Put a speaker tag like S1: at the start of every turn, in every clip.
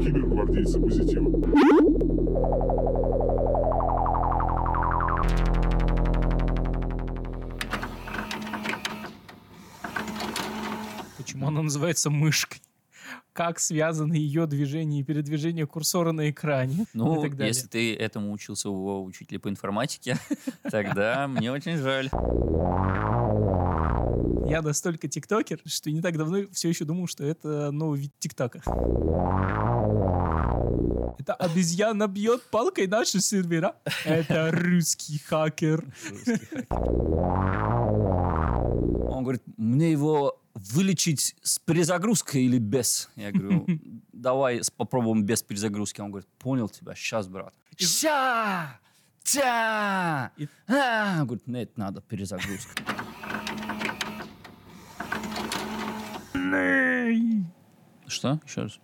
S1: Кибергвардейцы позитива.
S2: Почему она называется мышкой? Как связаны ее движение и передвижение курсора на экране? и
S3: Ну,
S2: так далее.
S3: если ты этому учился у учителя по информатике, тогда мне очень жаль.
S2: Я настолько тиктокер, что не так давно все еще думал, что это новый вид тиктока. Это обезьяна бьет палкой наши сервера. Это русский хакер.
S3: Он говорит, мне его вылечить с перезагрузкой или без? Я говорю, давай с- попробуем без перезагрузки. Он говорит, понял тебя, сейчас, брат. Ща! Тя!
S2: И-
S3: А! Он говорит, нет, надо перезагрузка. Что? Еще раз.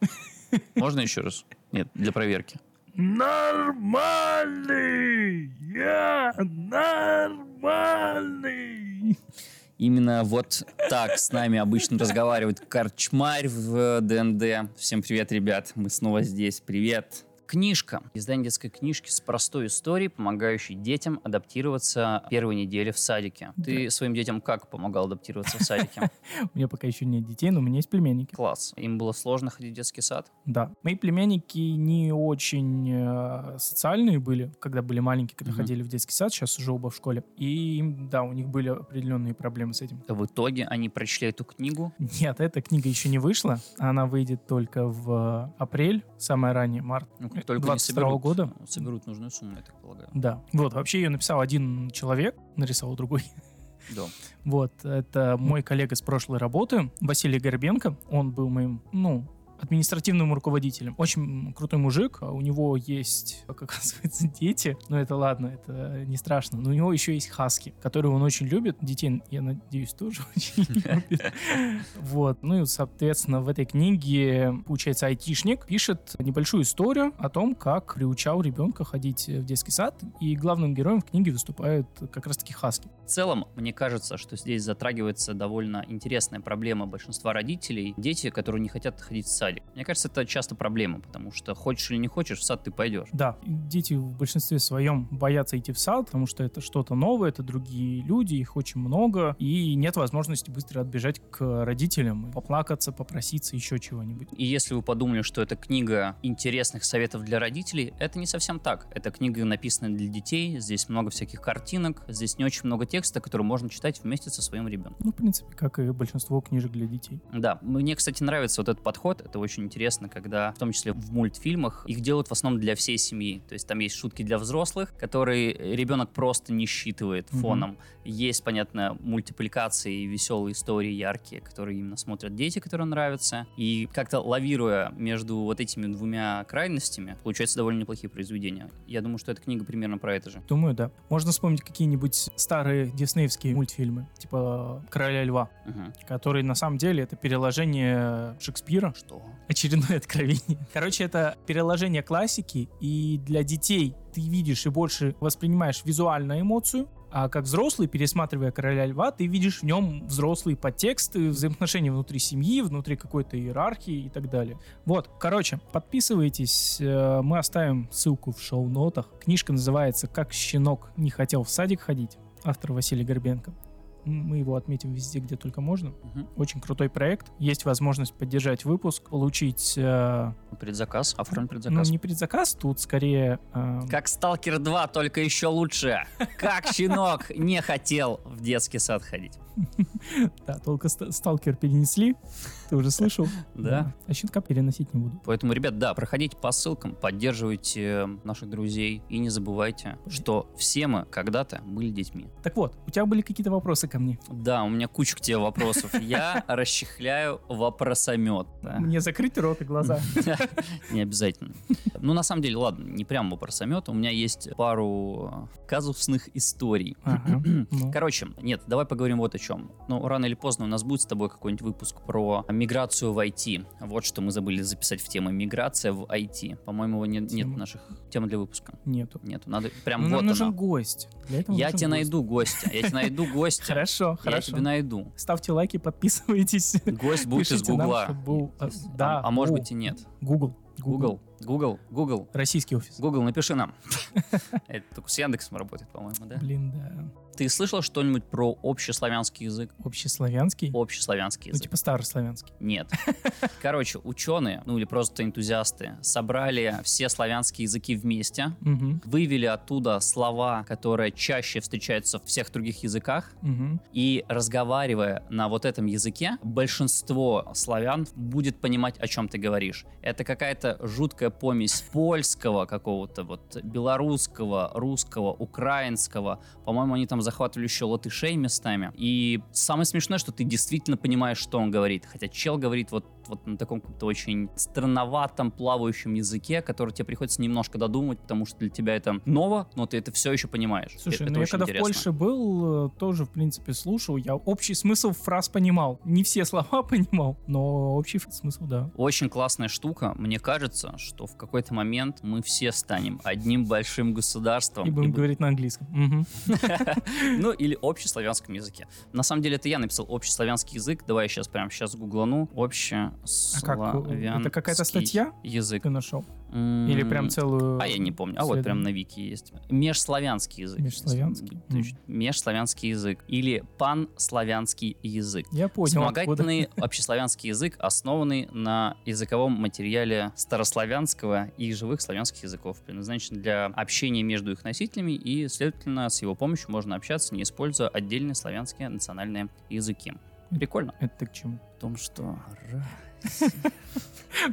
S3: Можно еще раз? Нет, для проверки.
S2: Нормальный! Я нормальный!
S3: Именно вот так с нами обычно разговаривает Корчмарь в ДНД. Всем привет, ребят. Мы снова здесь. Привет. Книжка. Издание детской книжки с простой историей, помогающей детям адаптироваться первой неделе в садике. Ты своим детям как помогал адаптироваться в садике?
S2: У меня пока еще нет детей, но у меня есть племянники.
S3: Класс. Им было сложно ходить в детский сад?
S2: Да. Мои племянники не очень э, социальные были, когда были маленькие, когда
S3: Мгм.
S2: ходили в детский сад, сейчас уже оба в школе. И им, да, у них были определенные проблемы с этим.
S3: В итоге они прочли эту книгу.
S2: Нет, эта книга еще не вышла. Она выйдет только в э, апрель, самое раннее, март.
S3: Ну, как только они
S2: 22
S3: соберут,
S2: года?
S3: соберут нужную сумму, я так полагаю.
S2: Да. Вот, вообще ее написал один человек, нарисовал другой.
S3: Да.
S2: Вот, это мой коллега с прошлой работы, Василий Горбенко. Он был моим, ну, административным руководителем. Очень крутой мужик, а у него есть, как оказывается, дети. Но это ладно, это не страшно. Но у него еще есть хаски, которые он очень любит. Детей, я надеюсь, тоже очень любит. Вот. Ну и, соответственно, в этой книге, получается, айтишник пишет небольшую историю о том, как приучал ребенка ходить в детский сад. И главным героем в книге выступают как раз-таки хаски.
S3: В целом, мне кажется, что здесь затрагивается довольно интересная проблема большинства родителей. Дети, которые не хотят ходить в садик. Мне кажется, это часто проблема, потому что хочешь или не хочешь, в сад ты пойдешь.
S2: Да, дети в большинстве своем боятся идти в сад, потому что это что-то новое, это другие люди, их очень много, и нет возможности быстро отбежать к родителям, поплакаться, попроситься, еще чего-нибудь.
S3: И если вы подумали, что это книга интересных советов для родителей, это не совсем так. Эта книга написана для детей, здесь много всяких картинок, здесь не очень много текста, который можно читать вместе со своим ребенком.
S2: Ну, в принципе, как и большинство книжек для детей.
S3: Да, мне, кстати, нравится вот этот подход, это очень интересно, когда, в том числе в мультфильмах, их делают в основном для всей семьи, то есть там есть шутки для взрослых, которые ребенок просто не считывает
S2: Мгм.
S3: фоном, есть, понятно, мультипликации, веселые истории, яркие, которые именно смотрят дети, которые нравятся, и как-то лавируя между вот этими двумя крайностями, получаются довольно неплохие произведения. Я думаю, что эта книга примерно про это же.
S2: Думаю, да. Можно вспомнить какие-нибудь старые диснеевские мультфильмы, типа «Короля льва»,
S3: Мгм.
S2: которые на самом деле это переложение Шекспира,
S3: Что?
S2: очередное откровение. Короче, это переложение классики, и для детей ты видишь и больше воспринимаешь визуальную эмоцию, а как взрослый, пересматривая «Короля льва», ты видишь в нем взрослые подтексты, э, взаимоотношения внутри семьи, внутри какой-то иерархии и так далее. Вот, короче, подписывайтесь, э, мы оставим ссылку в шоу-нотах. Книжка называется «Как щенок не хотел в садик ходить», автор Василий Горбенко. М, Мы его отметим везде, где только можно.
S3: Мгм.
S2: Очень крутой проект. Есть возможность поддержать выпуск, получить... э,
S3: Предзаказ, оформлен
S2: ну,
S3: предзаказ.
S2: не предзаказ, тут скорее... э,
S3: Как Сталкер 2, только еще лучше. Как щенок не хотел в детский сад ходить.
S2: Да, только ст- сталкер перенесли. Ты уже слышал?
S3: Да.
S2: А щенка переносить не буду.
S3: Поэтому, ребят, да, проходите по ссылкам, поддерживайте э, наших друзей и не забывайте, что все мы когда-то были детьми.
S2: Так вот, у тебя были какие-то вопросы ко мне?
S3: Да, у меня куча к тебе вопросов. Я расчехляю вопросомет. да.
S2: Мне закрыть рот и глаза.
S3: Не обязательно. Ну, на самом деле, ладно, не прям вопросомет. У меня есть пару э, казусных историй.
S2: Ага, ну.
S3: Короче, нет, давай поговорим вот о чем. Ну, рано или поздно у нас будет с тобой какой-нибудь выпуск про миграцию в IT. Вот что мы забыли записать в тему миграция в IT. По-моему, его не- нет
S2: Тема.
S3: в наших тем для выпуска.
S2: Нету.
S3: Нету, надо прям
S2: Ну,
S3: вот
S2: нам нужен
S3: она.
S2: гость. Для этого
S3: Я
S2: нужен
S3: тебе
S2: гость.
S3: найду гостя, я тебе найду гостя.
S2: Хорошо,
S3: Я
S2: хорошо.
S3: тебе найду.
S2: Ставьте лайки, подписывайтесь.
S3: Гость будет из
S2: Пишите нам,
S3: Гугла.
S2: чтобы был, э,
S3: Если-
S2: да,
S3: А может
S2: у-
S3: быть и нет.
S2: Google.
S3: Google. Google. Google.
S2: Российский офис.
S3: Google, напиши нам. Это только с Яндексом работает, по-моему, да?
S2: Блин, да.
S3: Ты слышал что-нибудь про общеславянский язык?
S2: Общеславянский? Ну,
S3: Общеславянский язык.
S2: типа старославянский.
S3: Нет. Короче, ученые, ну или просто энтузиасты, собрали все славянские языки вместе,
S2: Мгм,
S3: вывели оттуда слова, которые чаще встречаются в всех других языках,
S2: мгм.
S3: и разговаривая на вот этом языке, большинство славян будет понимать, о чем ты говоришь. Это какая-то жуткая помесь польского какого-то, вот белорусского, русского, украинского. По-моему, они там захватывали еще латышей местами. И самое смешное, что ты действительно понимаешь, что он говорит. Хотя чел говорит вот, вот на таком каком-то очень странноватом, плавающем языке, который тебе приходится немножко додумать, потому что для тебя это ново, но ты это все еще понимаешь.
S2: Слушай,
S3: Это
S2: ну я
S3: очень
S2: когда в
S3: интересно.
S2: Польше был, э, тоже, в принципе, слушал. Я общий смысл фраз понимал. Не все слова понимал, но общий ф- смысл, да.
S3: Очень классная штука. Мне кажется, что в какой-то момент мы все станем одним большим государством.
S2: И будем
S3: бу-
S2: говорить на английском. Мгм.
S3: Ну, или общеславянском языке. На самом деле, это я написал общеславянский язык. Давай я сейчас прям сейчас гуглану.
S2: А как?
S3: Общеславянский
S2: э, Это какая-то статья
S3: Язык.
S2: ты нашел?
S3: М,
S2: Или прям целую...
S3: А я не помню. А вот прям на вики есть. Межславянский язык.
S2: Межславянский?
S3: То есть Межславянский язык. Или панславянский язык.
S2: Я понял. откуда.
S3: Вспомогательный общеславянский язык, основанный на языковом материале старославянского и живых славянских языков, предназначен для общения между их носителями, и, следовательно, с его помощью можно общаться, не используя отдельные славянские национальные языки. Прикольно.
S2: Это ты к чему?
S3: В том, что...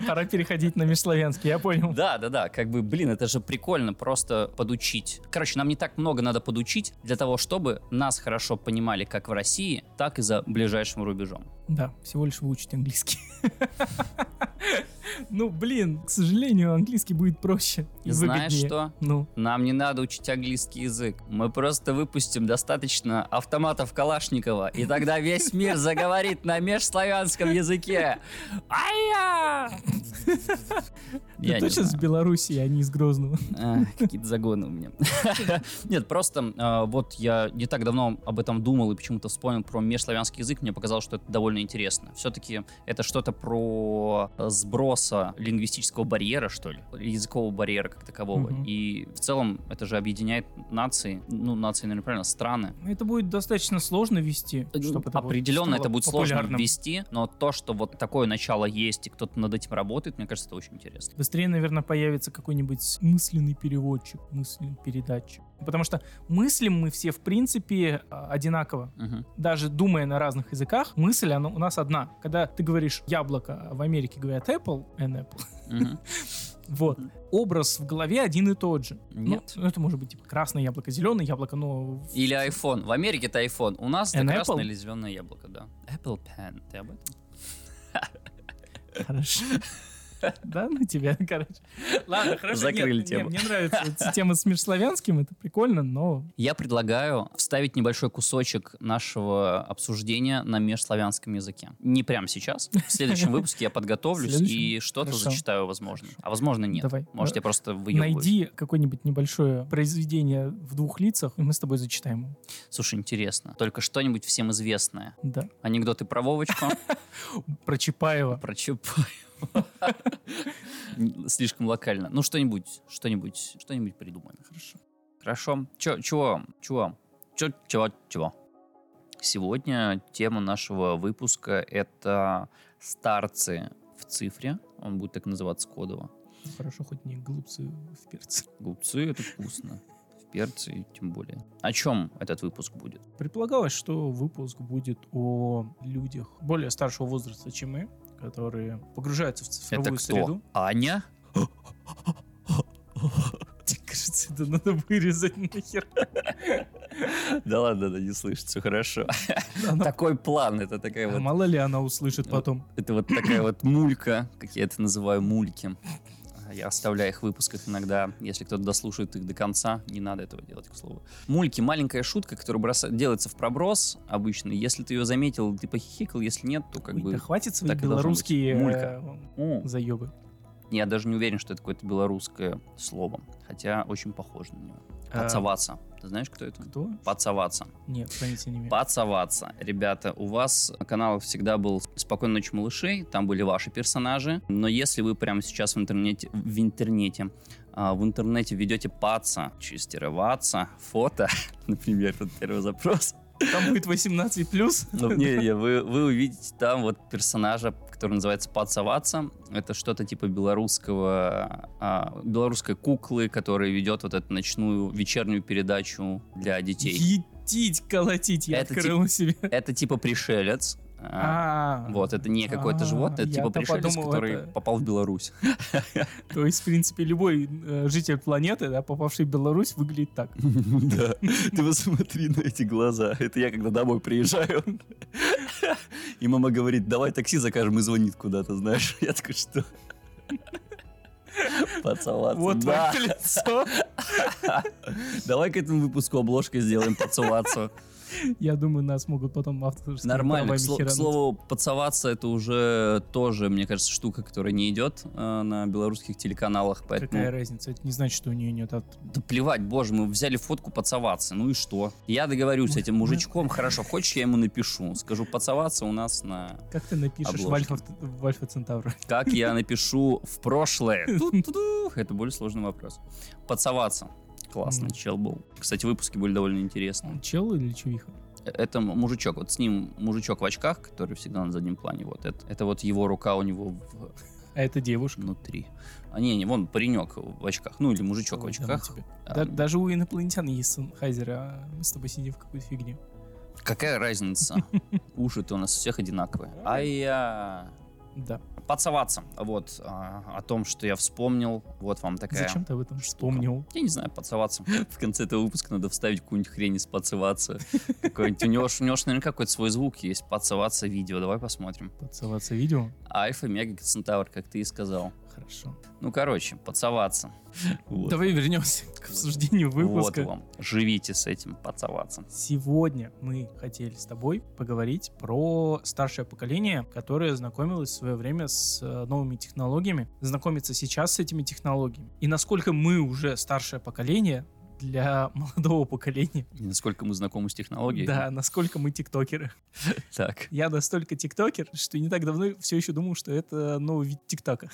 S2: Пора переходить на межславянский, я понял.
S3: Да, да, да, как бы, блин, это же прикольно просто подучить. Короче, нам не так много надо подучить для того, чтобы нас хорошо понимали как в России, так и за ближайшим рубежом.
S2: Да, всего лишь выучить английский. Ну, блин, к сожалению, английский будет проще. и
S3: Знаешь
S2: выгоднее.
S3: что?
S2: Ну,
S3: Нам не надо учить английский язык. Мы просто выпустим достаточно автоматов Калашникова, и тогда весь мир заговорит на межславянском языке. Ая!
S2: ты
S3: Я не
S2: точно с
S3: знаю.
S2: Белоруссии, а не из Грозного.
S3: Эх, Какие-то загоны у меня. Нет, просто э, вот я не так давно об этом думал и почему-то вспомнил про межславянский язык. Мне показалось, что это довольно интересно. Все-таки это что-то про э, сброса лингвистического барьера, что ли, языкового барьера как такового.
S2: Мгм.
S3: И в целом это же объединяет нации, ну, нации, наверное, правильно, страны.
S2: Это будет достаточно сложно вести. чтобы это было-
S3: Определенно Ну, это
S2: стало
S3: будет сложно
S2: популярным.
S3: ввести, но то, что вот такое начало есть и кто-то над этим работает, мне кажется, это очень интересно.
S2: Быстрее, наверное, появится какой-нибудь мысленный переводчик, мысленный передатчик. Потому что мыслим мы все, в принципе, а, одинаково.
S3: Мгм.
S2: даже думая на разных языках, мысль она у нас одна. Когда ты говоришь яблоко, а в Америке говорят Apple, and Apple,
S3: Мгм.
S2: вот, образ в голове один и тот же. Ну,
S3: Нет.
S2: Ну, это может быть типа красное яблоко, зеленое яблоко, но... в-
S3: Или iPhone. В Америке это iPhone. У нас это
S2: And
S3: красное
S2: Apple?
S3: или зеленое яблоко, да. Apple Pen. Ты об этом?
S2: Хорошо. Да, на тебя, короче. Ладно, хорошо.
S3: Закрыли
S2: нет,
S3: тему.
S2: нет, мне нравится вот эта тема с межславянским, это прикольно, но...
S3: Я предлагаю вставить небольшой кусочек нашего обсуждения на межславянском языке. Не прям сейчас. В следующем выпуске я подготовлюсь и
S2: Следующем?
S3: что-то
S2: Хорошо.
S3: зачитаю, возможно. А возможно нет.
S2: Давай.
S3: Может,
S2: Да.
S3: я просто выебываюсь.
S2: Найди какое-нибудь небольшое произведение в двух лицах, и мы с тобой зачитаем его.
S3: Слушай, интересно. Только что-нибудь всем известное.
S2: Да.
S3: Анекдоты про Вовочку,
S2: Про Чапаева.
S3: про Чапаева. Слишком локально. Ну, что-нибудь, что-нибудь, что-нибудь придумаем.
S2: Хорошо.
S3: Хорошо. Чё, чего? Чего? Чё, чего? Чего? Сегодня тема нашего выпуска — это старцы в цифре. Он будет так называться кодово.
S2: Хорошо, хоть не глупцы в перце.
S3: Голубцы — это вкусно. В перце тем более. О чем этот выпуск будет?
S2: Предполагалось, что выпуск будет о людях более старшего возраста, чем мы, которые погружаются в
S3: это
S2: цифровую
S3: кто?
S2: среду.
S3: Аня?
S2: Мне кажется, это надо вырезать нахер.
S3: Да ладно, да не слышит, все хорошо.
S2: Она-
S3: Такой план, это такая вот... Ну,
S2: Мало ли она услышит потом.
S3: Это вот такая вот мулька, как я это называю, мульки. А, Я оставляю их в выпусках иногда, если кто-то дослушает их до конца, не надо этого делать, к слову. Мульки — маленькая шутка, которая броса- делается в проброс обычно. Если ты ее заметил, ты похихикал, если нет, то как
S2: Ой, да
S3: бы... ну,
S2: хватит свои
S3: так и должно быть.
S2: белорусские
S3: Мулька.
S2: э,
S3: О,
S2: заебы.
S3: Я даже не уверен, что это какое-то белорусское слово, хотя очень похоже на него.
S2: А.
S3: Пацаваться. Ты знаешь, кто это?
S2: Кто?
S3: Пацаваться.
S2: Нет, понятия не имею.
S3: Пацаваться. Ребята, у вас на каналах всегда был «Спокойной ночи, малыши», там были ваши персонажи, но если вы прямо сейчас в интернете, в интернете а, в интернете введете паца, через тире «ваца», фото, например, этот первый запрос,
S2: Там будет 18 плюс.
S3: ну, не, не, вы, вы увидите там вот персонажа, который называется Пацаваца. Это что-то типа белорусского, а, белорусской куклы, которая ведет вот эту ночную вечернюю передачу для детей.
S2: Етить, колотить, я
S3: Это
S2: открыл себе.
S3: Это типа пришелец. а,
S2: А,
S3: Вот, это не какое-то
S2: А,
S3: животное, это типа
S2: я-то
S3: пришелец,
S2: подумал,
S3: который
S2: это-
S3: попал в Беларусь.
S2: То есть, в принципе, любой э, житель планеты, да, попавший в Беларусь, выглядит так.
S3: Да, ты посмотри на эти глаза. Это я, когда домой приезжаю. И мама говорит, давай такси закажем и звонит куда-то, знаешь. Я такой, что? Поцеловаться.
S2: Вот
S3: да.
S2: твое лицо.
S3: Давай к этому выпуску обложкой сделаем поцеловаться.
S2: Я думаю, нас могут потом авторскими
S3: Нормально. К,
S2: правами
S3: сло- к
S2: херануть.
S3: слову, поцеловаться это уже тоже, мне кажется, штука, которая не идет э, на белорусских телеканалах. Поэтому
S2: Какая разница? Это не значит, что у нее нет от-
S3: Да плевать, боже, мы взяли фотку поцеловаться, ну и что? Я договорюсь с этим мужичком, хорошо, хочешь, я ему напишу, скажу поцеловаться у нас на...
S2: Как ты напишешь в
S3: Обложки.
S2: Альфа, в Альфа Центавра?
S3: Как я напишу в прошлое? Ту-ту-ду. Это более сложный вопрос. Поцеловаться. Классный
S2: Мгм.
S3: чел был. Кстати, выпуски были довольно интересные.
S2: Чел или чувиха?
S3: Э, Это мужичок, вот с ним мужичок в очках, который всегда на заднем плане, вот это, это вот его рука у него в-
S2: А это девушка.
S3: внутри. А не, не, вон паренек в очках, ну или мужичок в
S2: Ой, да ну
S3: очках.
S2: тебя.
S3: А,
S2: Да- даже у инопланетян есть Санхайзер, а мы с тобой сидим в какой-то фигне.
S3: Какая разница? Уши-то у нас у всех одинаковые. А я...
S2: Да.
S3: Подсоваться. Вот. а, о том, что я вспомнил. Вот вам такая...
S2: Зачем ты об этом вспомнил?
S3: Я не знаю, подсоваться. В конце этого выпуска надо вставить какую-нибудь хрень из подсоваться. Какой-нибудь- У него ж- у него ж наверняка какой-то свой звук есть. Подсоваться видео. Давай посмотрим.
S2: Поцеловаться видео?
S3: Альфа, Мега, Центавр, как ты и сказал.
S2: Хорошо.
S3: Ну, короче, подсоваться. Вот.
S2: Давай вернемся к обсуждению
S3: Вот
S2: выпуска.
S3: вам. Живите с этим. Подсоваться.
S2: Сегодня мы хотели с тобой поговорить про старшее поколение, которое знакомилось в свое время с э, новыми технологиями, знакомится сейчас с этими технологиями. И насколько мы уже старшее поколение для молодого поколения.
S3: И Насколько мы знакомы с технологией.
S2: Да, насколько мы тиктокеры.
S3: Так.
S2: Я настолько тиктокер, что не так давно все еще думал, что это новый вид тиктока.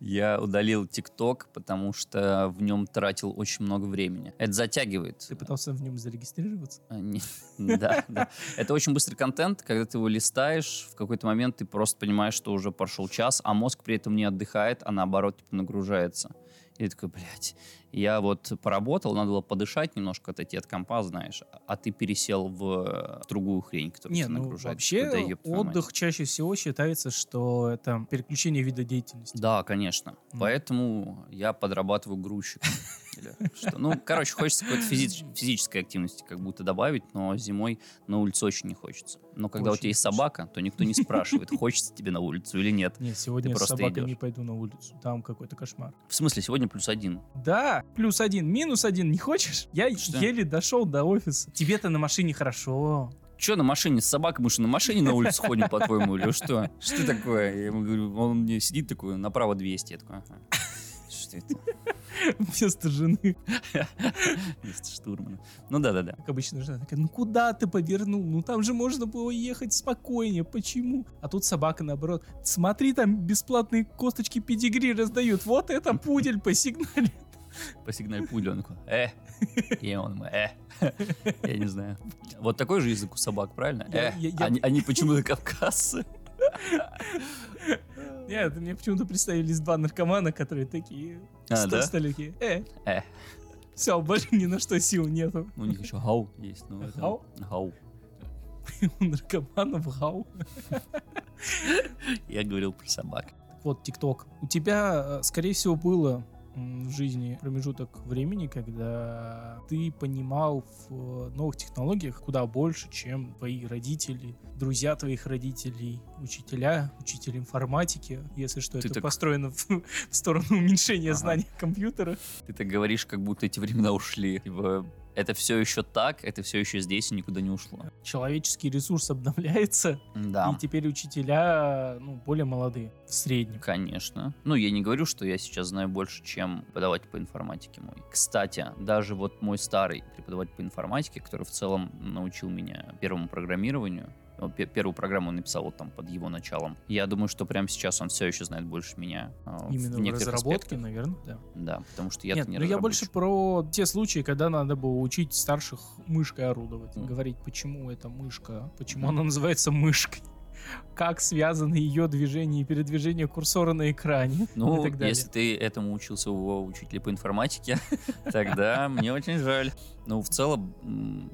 S3: Я удалил ТикТок, потому что в нем тратил очень много времени. Это затягивает.
S2: Ты пытался в нем зарегистрироваться?
S3: А, не- Да, да. Это очень быстрый контент, когда ты его листаешь, в какой-то момент ты просто понимаешь, что уже прошел час, а мозг при этом не отдыхает, а наоборот типа, нагружается. И ты такой, блядь, я вот поработал, надо было подышать немножко, отойти от компа, знаешь, а ты пересел в э, другую хрень, которая
S2: Не,
S3: тебя
S2: ну
S3: нагружает. Типа, Да
S2: вообще
S3: ёб твою мать.
S2: отдых чаще всего считается, что это переключение вида деятельности.
S3: Да, конечно.
S2: М.
S3: Поэтому я подрабатываю грузчиком. Или что. Ну, короче, хочется какой-то физи- физической активности как будто добавить, но зимой на улицу очень не хочется. Но когда у
S2: Очень
S3: тебя
S2: не
S3: есть
S2: хочется.
S3: собака, то никто не спрашивает, хочется тебе на улицу или нет.
S2: Нет, сегодня
S3: Ты
S2: я с
S3: просто
S2: собакой
S3: идёшь.
S2: не пойду на улицу. Там какой-то кошмар.
S3: В смысле, сегодня плюс один.
S2: Да, плюс один, минус один, не хочешь? Я
S3: Что?
S2: еле дошел до офиса. Тебе-то на машине хорошо.
S3: Че на машине с собакой? Мы что, на машине на улицу ходим, по-твоему, или что? Что такое? Я ему говорю, он мне сидит такой, направо 200. Я такой, ага. Что это?
S2: Вместо жены.
S3: Вместо штурмана. Ну да-да-да.
S2: Как обычно жена такая, ну куда ты повернул? Ну там же можно было ехать спокойнее, почему? А тут собака наоборот. Смотри, там бесплатные косточки педигри раздают. Вот это пудель по сигнале.
S3: по сигнале пули, он такой, э, и он ему, э, я не знаю. Вот такой же язык у собак, правильно?
S2: Я-
S3: Э,
S2: я- я-
S3: они, они почему-то кавказцы.
S2: Нет, мне почему-то представились два наркомана, которые такие...
S3: А,
S2: Сто
S3: да?
S2: столики. Э,
S3: Э,
S2: все, больше ни на что сил нету.
S3: Ну, у них еще гау есть. Ну, это,
S2: Гау?
S3: Гау.
S2: У наркоманов гау.
S3: Я говорил про собак.
S2: Вот ТикТок. У тебя, э, скорее всего, было м, в жизни промежуток времени, когда ты понимал в э, новых технологиях куда больше, чем твои родители, друзья твоих родителей, учителя, учитель информатики, если что,
S3: Ты
S2: это
S3: так-
S2: построено в, в сторону уменьшения
S3: Ага.
S2: знаний компьютера.
S3: Ты так говоришь, как будто эти времена ушли. Типа, Это все еще так, это все еще здесь и никуда не ушло.
S2: Человеческий ресурс обновляется,
S3: Да.
S2: и теперь учителя ну, более молодые в среднем.
S3: Конечно. Ну, я не говорю, что я сейчас знаю больше, чем преподаватель по информатике мой. Кстати, даже вот мой старый преподаватель по информатике, который в целом научил меня первому программированию, он пе- первую программу он написал вот там под его началом. Я думаю, что прямо сейчас он все еще знает больше меня. э, в
S2: Именно в
S3: некоторых
S2: разработке,
S3: аспектах.
S2: наверное, да.
S3: Да, потому что я
S2: Нет,
S3: не
S2: ну я больше
S3: разработчик.
S2: про те случаи, когда надо было учить старших мышкой орудовать.
S3: Мгм.
S2: Говорить, почему это мышка, почему
S3: Мгм.
S2: она называется мышкой, как связаны ее движение и передвижение курсора на экране и
S3: Ну,
S2: так далее.
S3: если ты этому учился у учителя по информатике, тогда мне очень жаль. Ну, в целом, м,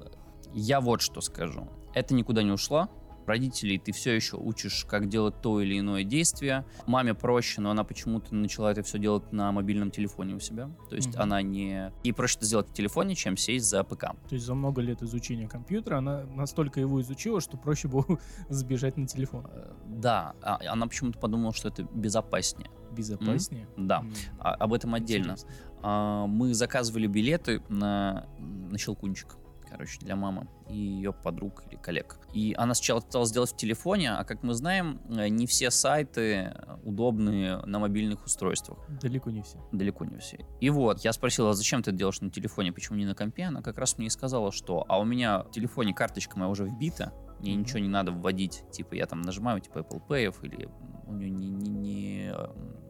S3: я вот что скажу. Это никуда не ушло. Родителей ты все еще учишь, как делать то или иное действие. Маме проще, но она почему-то начала это все делать на мобильном телефоне у себя. То есть
S2: Мгм.
S3: она не... Ей проще это сделать в телефоне, чем сесть за ПК.
S2: То есть за много лет изучения компьютера она настолько его изучила, что проще было сбежать на телефон.
S3: Э, Да, а- она почему-то подумала, что это безопаснее.
S2: Безопаснее.
S3: Да,
S2: М,
S3: а- об этом отдельно.
S2: интересно.
S3: А, мы заказывали билеты на, на щелкунчик, короче, для мамы и ее подруг или коллег. И она сначала пыталась сделать в телефоне, а как мы знаем, э, не все сайты э, удобны на мобильных устройствах.
S2: Далеко не все.
S3: Далеко не все. И вот, я спросил, а зачем ты это делаешь на телефоне, почему не на компе? Она как раз мне и сказала, что а у меня в телефоне карточка моя уже вбита, мне
S2: Мгм.
S3: ничего не надо вводить. Типа я там нажимаю, типа Apple Pay или м, у нее не, не, не, э,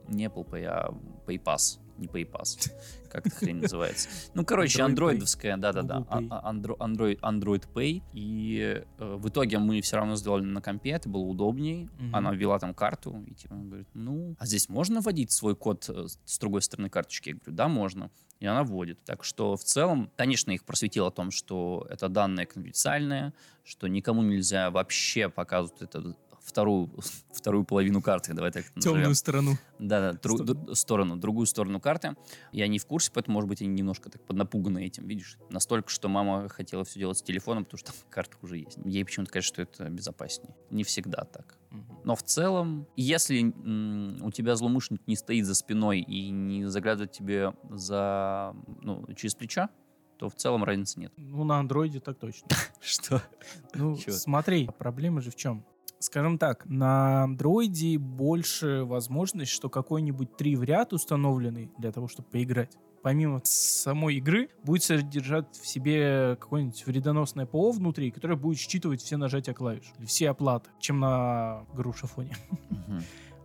S3: не Apple Pay, а PayPass. Не PayPass. Как эта хрень называется. Ну, короче,
S2: Android Pay.
S3: андроидовская, да-да-да.
S2: Google Pay.
S3: а- а- андро- Android, Android Pay. И э, в итоге мы все равно сделали на компе, это было удобней.
S2: Мгм.
S3: Она ввела там карту, и типа она говорит, ну, а здесь можно вводить свой код э, с- с другой стороны карточки? Я говорю, да, можно. И она вводит. Так что в целом, конечно, их просветило о том, что это данные конфиденциальные, что никому нельзя вообще показывать это вторую, вторую половину карты, давай так это назовем.
S2: Темную сторону.
S3: Да, да, тру-
S2: Сто-
S3: ду- сторону, другую сторону карты. Я не в курсе, поэтому, может быть, они немножко так поднапуганы этим, видишь? Настолько, что мама хотела все делать с телефоном, потому что там карта уже есть. Ей почему-то кажется, что это безопаснее. Не всегда так. Но в целом, если м, у тебя злоумышленник не стоит за спиной и не заглядывает тебе за, ну, через плечо, то в целом разницы нет.
S2: Ну, на андроиде так точно.
S3: Что?
S2: Ну,
S3: Чё?
S2: смотри, проблема же в чем? Скажем так, на андроиде больше возможность, что какой-нибудь три в ряд установленный для того, чтобы поиграть. Помимо самой игры, будет содержать в себе какое-нибудь вредоносное ПО внутри, которое будет считывать все нажатия клавиш, или все оплаты, чем на грушафоне.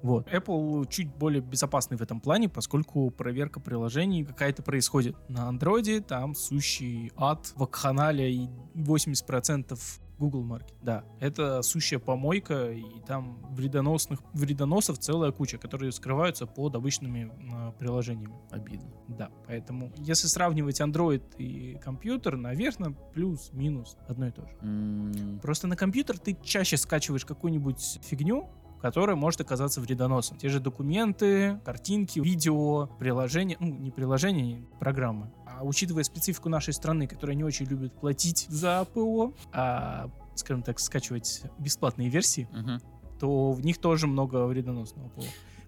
S2: Вот. Apple чуть более безопасный в этом плане, поскольку проверка приложений какая-то происходит. На Android там сущий ад, вакханалия и 80% Google Market. Да, это сущая помойка, и там вредоносных, вредоносов целая куча, которые скрываются под обычными э, приложениями.
S3: Обидно.
S2: Да, поэтому если сравнивать Android и компьютер, наверное, плюс-минус одно и то же. Просто на компьютер ты чаще скачиваешь какую-нибудь фигню, которая может оказаться вредоносом. Те же документы, картинки, видео, приложения, ну, не приложения, программы. А учитывая специфику нашей страны, которая не очень любит платить за ПО, а, скажем так, скачивать бесплатные версии, то в них тоже много вредоносного ПО.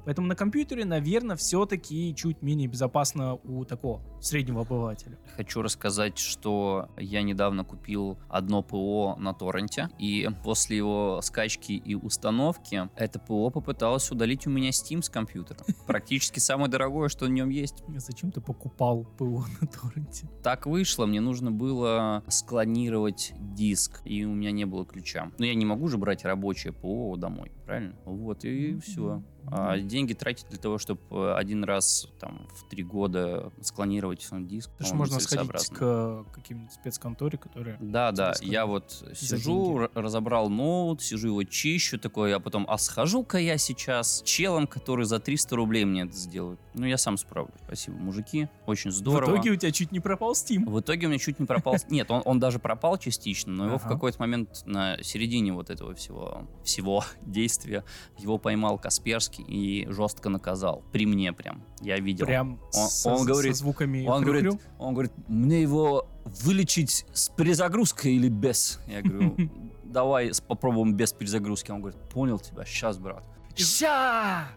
S2: Поэтому на компьютере, наверное, все-таки чуть менее безопасно у такого среднего обывателя.
S3: Хочу рассказать, что я недавно купил одно ПО на торренте, и после его скачки и установки это ПО попыталось удалить у меня Steam с компьютера. Практически самое дорогое, что на нем есть.
S2: Зачем ты покупал ПО на торренте?
S3: Так вышло, мне нужно было склонировать диск, и у меня не было ключа. Но я не могу же брать рабочее ПО домой, правильно? Вот, и
S2: Мгм.
S3: все. А деньги тратить для того, чтобы один раз там, в три года склонировать ну, диск.
S2: Потому что
S3: по-моему,
S2: можно сходить
S3: целесообразно.
S2: к э, каким-нибудь спецконторе, которые...
S3: Да, да,
S2: Собственно,
S3: я вот
S2: за
S3: сижу, р- разобрал ноут, сижу его чищу, такой, а потом, а схожу-ка я сейчас с челом, который за 300 рублей мне это сделает. Ну, я сам справлюсь. Спасибо, мужики, очень здорово.
S2: В итоге у тебя чуть не пропал Steam.
S3: В итоге у меня чуть не пропал... Нет, он, он даже пропал частично, но его в
S2: Ага.
S3: какой-то момент на середине вот этого всего, всего действия его поймал Касперский и жестко наказал. При мне прям. Я видел.
S2: Прям
S3: Он-
S2: со,
S3: он
S2: со
S3: говорит-
S2: звуками
S3: Он говорит,
S2: хрю-хрю.
S3: он говорит, мне его вылечить с перезагрузкой или без? Я говорю, давай с- попробуем без перезагрузки. Он говорит, понял тебя, сейчас, брат.
S2: И-
S3: Ща!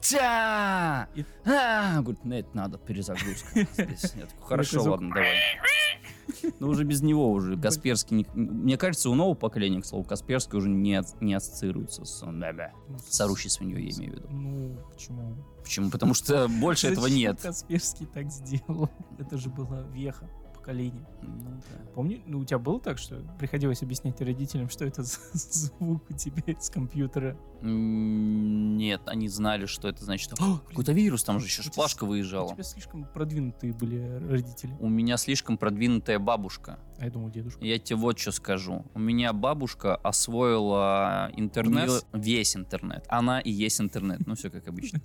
S3: Тя!
S2: И-
S3: А! Он Говорит, нет, надо перезагрузка. здесь». Я такой, хорошо,
S2: звук.
S3: ладно, давай. Ну, уже без него уже. Касперский, не- мне кажется, у нового поколения, к слову, Касперский уже не, ас- не ассоциируется с, бля-бля, с орущей свиньей, я имею в виду.
S2: Ну, почему?
S3: Почему? Потому что больше этого
S2: Зачем
S3: нет.
S2: Касперский так сделал. Это же была веха поколения.
S3: Ну, да.
S2: Помни, ну у тебя было так, что приходилось объяснять родителям, что это за звук у тебя с компьютера?
S3: М, Нет, они знали, что это значит. «О, Какой-то вирус, там же еще шплашка
S2: У
S3: выезжала.
S2: А, тебя слишком продвинутые были родители.
S3: У меня слишком продвинутая бабушка.
S2: А я думал, дедушка.
S3: Я тебе вот что скажу. У меня бабушка освоила интернет.
S2: Нее-
S3: Весь интернет. Она и есть интернет. Ну, все как обычно.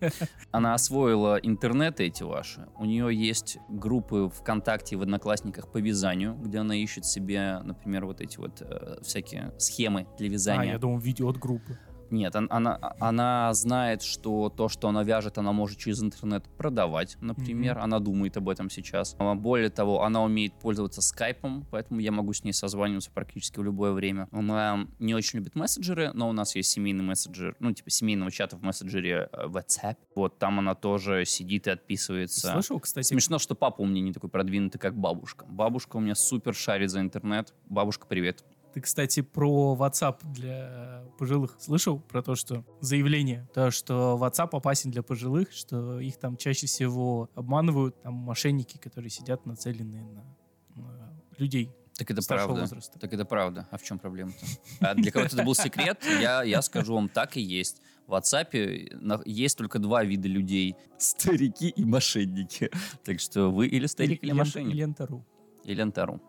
S3: Она освоила интернет эти ваши. У нее есть группы ВКонтакте и в Одноклассниках по вязанию, где она ищет себе, например, вот эти вот э, всякие схемы для
S2: А,
S3: вязания.
S2: я думал, видео от группы.
S3: Нет, он- она, а, она знает, что то, что она вяжет, она может через интернет продавать, например.
S2: Мгм.
S3: Она думает об этом сейчас. А Более того, она умеет пользоваться скайпом, поэтому я могу с ней созваниваться практически в любое время. Она не очень любит мессенджеры, но у нас есть семейный мессенджер, ну, типа семейного чата в мессенджере э, WhatsApp. Вот там она тоже сидит и отписывается.
S2: Слышал, кстати,
S3: Смешно, что папа у меня не такой продвинутый, как бабушка. Бабушка у меня супер шарит за интернет. Бабушка, привет.
S2: Ты, кстати, про WhatsApp для пожилых слышал? Про то, что заявление, то, что WhatsApp опасен для пожилых, что их там чаще всего обманывают, там мошенники, которые сидят нацеленные на, на людей
S3: Так это
S2: старшего
S3: правда.
S2: возраста.
S3: Так это правда. А в чем проблема-то? А для кого-то это был секрет, я, я скажу вам, так и есть. В WhatsApp на- есть только два вида людей. Старики и мошенники. Так что вы или старик, или
S2: Лен-
S3: мошенник.
S2: Лента.ру,
S3: Или антару.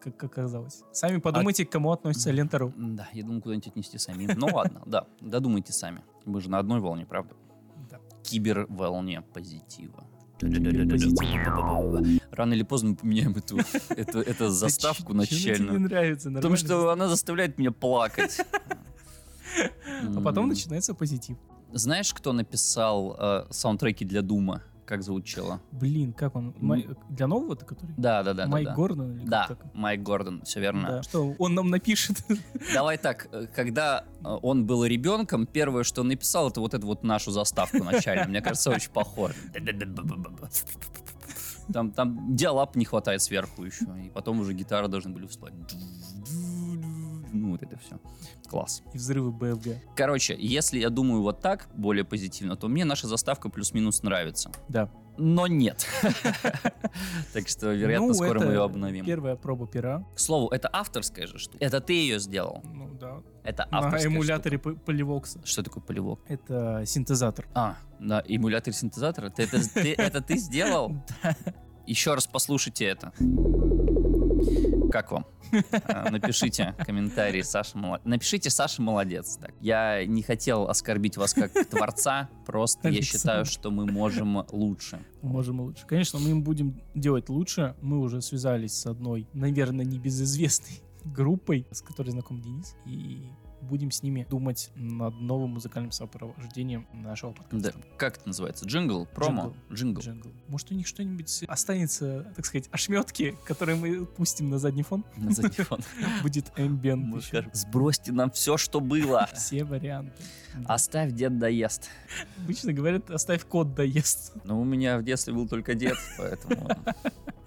S2: как, как оказалось.
S3: А
S2: Сами подумайте, к кому относится Лента.ру.
S3: Да, я думаю, куда-нибудь отнести самим. Ну ладно, да, додумайте сами. Мы же на одной волне, правда?
S2: Да.
S3: Киберволне позитива.
S2: Позитивно.
S3: Рано или поздно мы поменяем эту, эту, эту заставку
S2: Чё- чё тебе
S3: начальную.
S2: не нравится,
S3: Потому
S2: нормально.
S3: что она заставляет меня плакать.
S2: А потом
S3: М.
S2: начинается позитив.
S3: Знаешь, кто написал э, саундтреки для Дума? Как звучало?
S2: Блин, как он? Май- Для нового-то, который?
S3: Да, да, да. да,
S2: Майк
S3: да.
S2: Гордон или
S3: Да,
S2: как-то так?
S3: Майк Гордон, все верно.
S2: Да, Что он нам напишет?
S3: Давай так, э, когда э, он был ребенком, первое, что он написал, это вот эту вот нашу заставку начальную. Мне кажется, очень похоже. Там, там диалап не хватает сверху еще, и потом уже гитары должны были встать. Ну, вот это все. Класс.
S2: И взрывы БФГ.
S3: Короче, если я думаю вот так, более позитивно, то мне наша заставка плюс-минус нравится.
S2: Да.
S3: но нет. Так что, вероятно,
S2: Ну,
S3: скоро мы
S2: это
S3: ее обновим.
S2: Первая проба пера.
S3: К слову, это авторская же штука. Это ты ее сделал.
S2: Ну да.
S3: Это
S2: На
S3: авторская
S2: эмуляторе п- Поливокса.
S3: штука. Что такое полевок?
S2: Это синтезатор.
S3: А, на эмуляторе синтезатора? Ты это, ты- это ты сделал? Еще раз послушайте это. Как вам? А, Напишите комментарий Саша молодец. Напишите Саша молодец. Так, я не хотел оскорбить вас как творца, просто я считаю,
S2: Александр.
S3: что мы можем лучше.
S2: Мы Можем и лучше. Конечно, мы им будем делать лучше. Мы уже связались с одной, наверное, небезызвестной группой, с которой знаком Денис. И будем с ними думать над новым музыкальным сопровождением нашего
S3: Да,
S2: подкаста.
S3: как это называется? Джингл? Промо? Джингл.
S2: Джингл. Может, у них что-нибудь останется, так сказать, ошметки, которые мы пустим на задний фон.
S3: На задний фон.
S2: Будет эмбиент.
S3: Мы
S2: еще.
S3: скажем, Сбросьте нам все, что было.
S2: Все варианты. Да.
S3: Оставь дед доест.
S2: Обычно говорят, оставь код доест.
S3: Но у меня в детстве был только дед, поэтому...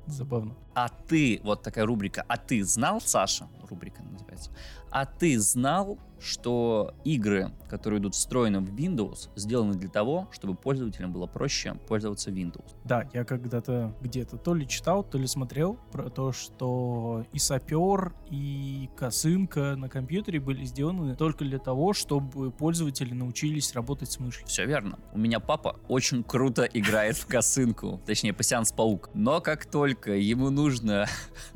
S2: Забавно.
S3: А ты, вот такая рубрика, а ты знал, Саша, рубрика называется, а ты знал, что игры, которые идут встроены в Windows, сделаны для того, чтобы пользователям было проще пользоваться Windows.
S2: Да, я когда-то где-то то ли читал, то ли смотрел про то, что и сапер, и косынка на компьютере были сделаны только для того, чтобы пользователи научились работать с мышью.
S3: Все верно. У меня папа очень круто играет в косынку, точнее, пассианс-паук. Но как только ему нужно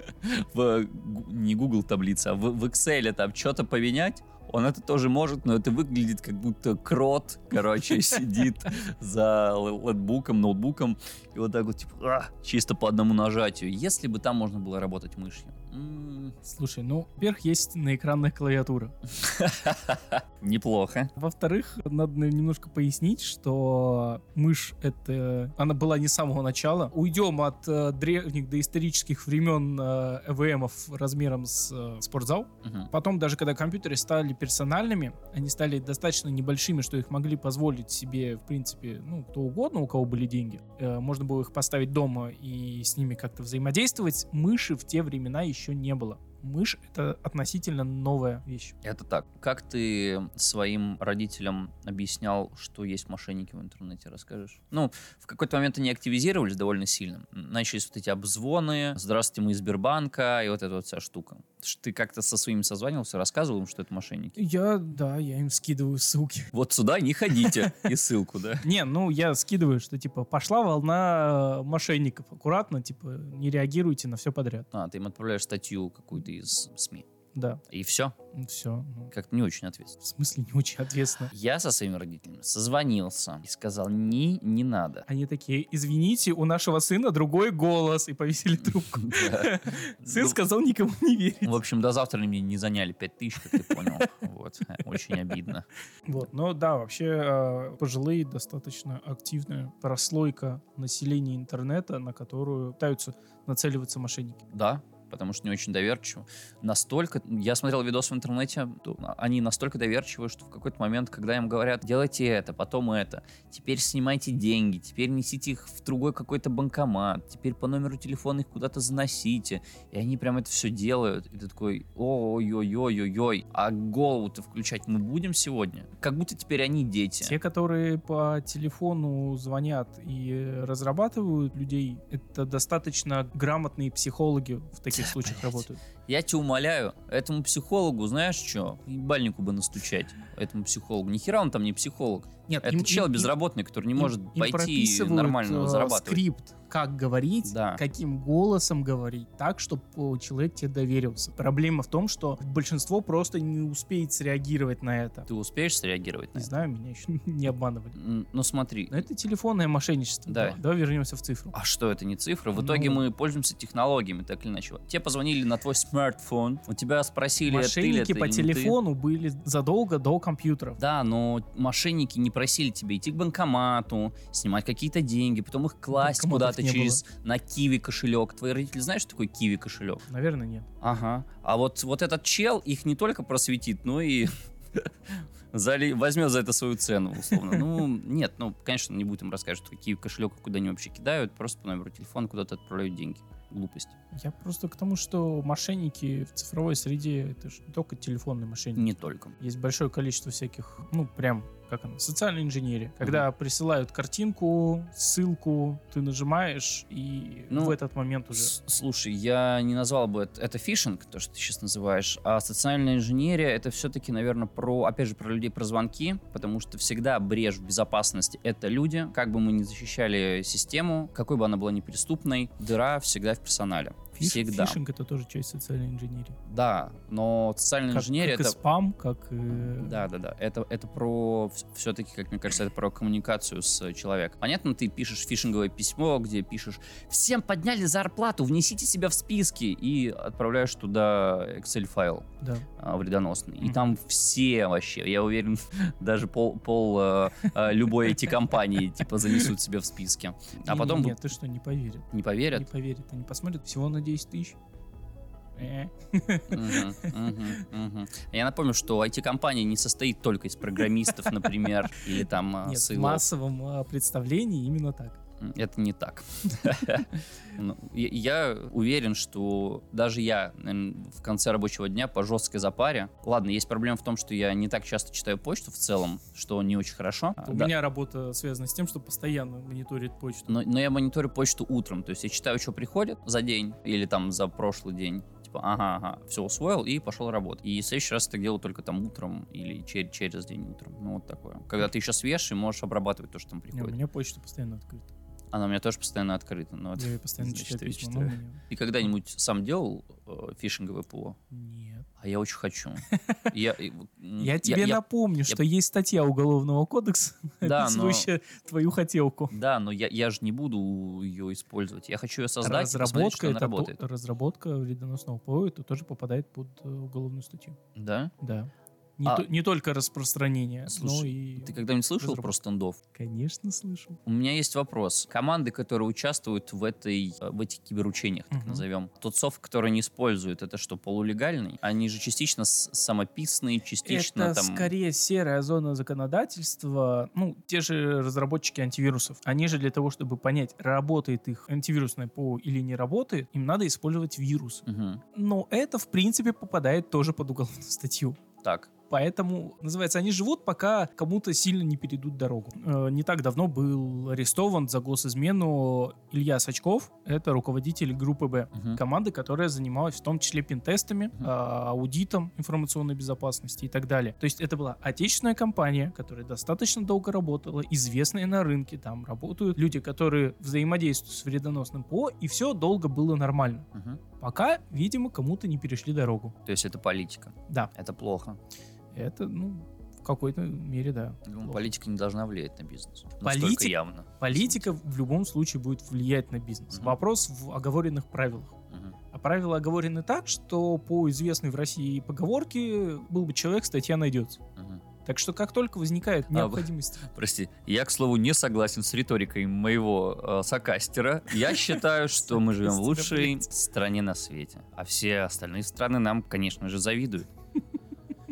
S3: в гу- не Google таблица, а в, в Excel там что-то поменять, он это тоже может, но это выглядит как будто крот, короче, сидит за л- лэтбуком, ноутбуком, и вот так вот, типа, «А!» чисто по одному нажатию. Если бы там можно было работать мышью. М-м, М,
S2: Слушай, ну, во-первых, есть наэкранная клавиатура.
S3: Неплохо.
S2: Во-вторых, надо наверное, немножко пояснить, что мышь это... Она была не с самого начала. Уйдем от э, древних доисторических времен э, ЭВМов размером с э, спортзал.
S3: Мгм.
S2: Потом, даже когда компьютеры стали персональными, они стали достаточно небольшими, что их могли позволить себе, в принципе, ну, кто угодно, у кого были деньги. Э, Можно было их поставить дома и с ними как-то взаимодействовать. Мыши в те времена еще не было. Мышь — это относительно новая вещь.
S3: Это так. Как ты своим родителям объяснял, что есть мошенники в интернете, расскажешь? Ну, в какой-то момент они активизировались довольно сильно. Начались вот эти обзвоны, «Здравствуйте, мы из Сбербанка», и вот эта вот вся штука. Ш- Ты как-то со своими созванивался, рассказывал им, что это мошенники?
S2: Я, да, я им скидываю ссылки.
S3: Вот сюда не ходите. И ссылку, да?
S2: Не, ну я скидываю, что типа пошла волна э, мошенников. Аккуратно, типа, не реагируйте на все подряд.
S3: А, ты им отправляешь статью какую-то из СМИ.
S2: Да,
S3: И все.
S2: все.
S3: Как-то не очень ответственно.
S2: в смысле, не очень ответственно.
S3: Я со своими родителями созвонился и сказал, не, не надо.
S2: Они такие, извините, у нашего сына другой голос, и повесили трубку.
S3: Да.
S2: Сын
S3: Ну,
S2: сказал никому не верить.
S3: В общем, до завтра они мне не заняли 5000, как ты понял. Вот, э, очень обидно.
S2: Вот, но да, вообще э, пожилые достаточно активная прослойка населения интернета, на которую пытаются нацеливаться мошенники.
S3: Да, потому что не очень доверчиво. Настолько, я смотрел видос в интернете, то они настолько доверчивы, что в какой-то момент, когда им говорят, делайте это, потом это, теперь снимайте деньги, теперь несите их в другой какой-то банкомат, теперь по номеру телефона их куда-то заносите, и они прям это все делают, и ты такой, ой-ой-ой-ой-ой, а голову-то включать мы будем сегодня? Как будто теперь они дети.
S2: Те, которые по телефону звонят и разрабатывают людей, это достаточно грамотные психологи в таких
S3: Да,
S2: случаях
S3: блядь.
S2: работают.
S3: Я тебя умоляю, этому психологу, знаешь что, ебальнику бы настучать, этому психологу. Нихера он там не психолог.
S2: Нет,
S3: Это
S2: им-
S3: чел
S2: им- им-
S3: безработный, который не
S2: им-
S3: может
S2: им
S3: пойти и
S2: прописывают,
S3: нормально
S2: э,
S3: зарабатывать.
S2: скрипт, как говорить,
S3: Да.
S2: каким голосом говорить, так, чтобы человек тебе доверился. Проблема в том, что большинство просто не успеет среагировать на это.
S3: Ты успеешь среагировать на
S2: Не
S3: это?
S2: знаю, меня еще не обманывали.
S3: М, Ну смотри,
S2: Но это телефонное мошенничество.
S3: Да.
S2: Давай, давай вернемся в цифру.
S3: а что это не цифры? В
S2: Ну.
S3: итоге мы пользуемся технологиями, так или иначе. Тебе позвонили на твой смартфон, у тебя спросили, это ты ли
S2: Мошенники
S3: это
S2: по
S3: или не ты.
S2: телефону были задолго до компьютеров.
S3: Да, но мошенники не просили тебя идти к банкомату, снимать какие-то деньги, потом их класть
S2: Банкоматов
S3: куда-то
S2: не
S3: через на киви кошелек. Твои родители знают, что такое киви кошелек?
S2: Наверное, нет.
S3: Ага. А вот, вот этот чел их не только просветит, но и зали- возьмет за это свою цену, условно. Ну, нет, ну, конечно, не будет им рассказывать, что какие кошелек и куда они вообще кидают, просто по номеру телефона куда-то отправляют деньги. Глупость.
S2: Я просто к тому, что мошенники в цифровой среде это же не только телефонные мошенники.
S3: Не только.
S2: Есть большое количество всяких, ну, прям, как она, социальной инженерии. Когда присылают картинку, ссылку, ты нажимаешь, и
S3: Ну,
S2: в этот момент уже...
S3: С- Слушай, я не назвал бы это, это фишинг, то, что ты сейчас называешь, а социальная инженерия это все-таки, наверное, про, опять же, про людей, про звонки, потому что всегда брешь в безопасности это люди, как бы мы ни защищали систему, какой бы она была неприступной, дыра всегда в персонале.
S2: Фиш-
S3: всегда.
S2: Фишинг — это тоже часть социальной инженерии.
S3: Да, но социальная
S2: Как,
S3: инженерия
S2: как и
S3: это...
S2: спам, как и...
S3: Да, да, да. Это, это про все-таки, как мне кажется, это про коммуникацию с э, человеком. Понятно, ты пишешь фишинговое письмо, где пишешь Всем подняли зарплату, внесите себя в списки и отправляешь туда Excel файл
S2: да.
S3: а, вредоносный. И
S2: Мгм.
S3: там все вообще, я уверен, даже пол, пол э, э, любой IT-компании типа занесут себя в списки. А
S2: Не-
S3: потом
S2: Нет, ты что, не поверит.
S3: не
S2: Не
S3: поверят.
S2: поверит, они посмотрят. Всего на 10 тысяч. Э.
S3: Мгм, мгм, мгм. Я напомню, что IT-компания не состоит только из программистов, например, или там э,
S2: Нет, в
S3: сейлов.
S2: массовом а, представлении именно так.
S3: М, Это не так. Ну, Я я уверен, что даже я наверно, в конце рабочего дня по жесткой запаре. Ладно, есть проблема в том, что я не так часто читаю почту в целом, что не очень хорошо. А,
S2: У
S3: да.
S2: меня работа связана с тем, что постоянно мониторит почту.
S3: но, но я мониторю почту утром. То есть я читаю, что приходит за день или там за прошлый день. Типа, ага, ага, все усвоил и пошел работать. И в следующий раз это делаю только там утром или чер- через день утром. Ну, вот такое. Когда ты еще свеж и можешь обрабатывать то, что там
S2: Не, у
S3: приходит.
S2: меня почта постоянно открыта.
S3: Она у меня тоже постоянно открыта. Но это
S2: Я её постоянно
S3: значит,
S2: читаю
S3: я
S2: письма, но
S3: читаю.
S2: у меня-
S3: Ты когда-нибудь сам делал э, фишинговое ПО?
S2: Нет.
S3: А я очень хочу. Я, и вот, м,
S2: Я тебе
S3: я-
S2: напомню, что есть статья Уголовного кодекса,
S3: Да, но-
S2: описывающая твою хотелку.
S3: Да, но я, я же не буду ее использовать. Я хочу ее создать и посмотреть,
S2: разработка,
S3: что она
S2: это то-
S3: работает.
S2: разработка вредоносного ПО, это тоже попадает под э, уголовную статью.
S3: Да?
S2: Да. Не,
S3: А-
S2: то- не только распространение, но
S3: Слушай,
S2: и...
S3: Ты когда-нибудь слышал
S2: разработ-
S3: про стендов?
S2: Конечно, слышал.
S3: У меня есть вопрос. Команды, которые участвуют в, этой, э, в этих киберучениях, так
S2: Мгм.
S3: назовем, тот софт, который не используют, это что, полулегальный? Они же частично с- самописные, частично
S2: Это
S3: там...
S2: скорее серая зона законодательства. Ну, те же разработчики антивирусов. Они же для того, чтобы понять, работает их антивирусное ПО или не работает, им надо использовать вирус.
S3: Мгм.
S2: Но это, в принципе, попадает тоже под уголовную статью.
S3: Так,
S2: Поэтому, называется, они живут, пока кому-то сильно не перейдут дорогу. Э, Не так давно был арестован за госизмену Илья Сачков. Это руководитель группы «Б».
S3: Мгм.
S2: команды, которая занималась в том числе пентестами,
S3: Мгм.
S2: а, аудитом информационной безопасности и так далее. То есть это была отечественная компания, которая достаточно долго работала, известная на рынке, там работают люди, которые взаимодействуют с вредоносным ПО, и все долго было нормально.
S3: Мгм.
S2: Пока, видимо, кому-то не перешли дорогу.
S3: то есть это политика.
S2: Да,
S3: Это плохо.
S2: это, ну, в какой-то мере, да.
S3: Думаю,
S2: Плохо.
S3: Ну, политика не должна влиять на бизнес. Настолько
S2: Политик-
S3: явно.
S2: Политика в любом случае будет влиять на бизнес.
S3: Мгм.
S2: Вопрос в оговоренных правилах.
S3: Мгм.
S2: А правила оговорены так, что по известной в России поговорке «был бы человек, статья найдется».
S3: Мгм.
S2: Так что как только возникает
S3: вы-
S2: необходимость...
S3: Прости, я, к слову, не согласен с риторикой моего э, сокастера. Я считаю, что мы живем в
S2: Сокастера,
S3: лучшей
S2: блядь.
S3: стране на свете. А все остальные страны нам, конечно же, завидуют.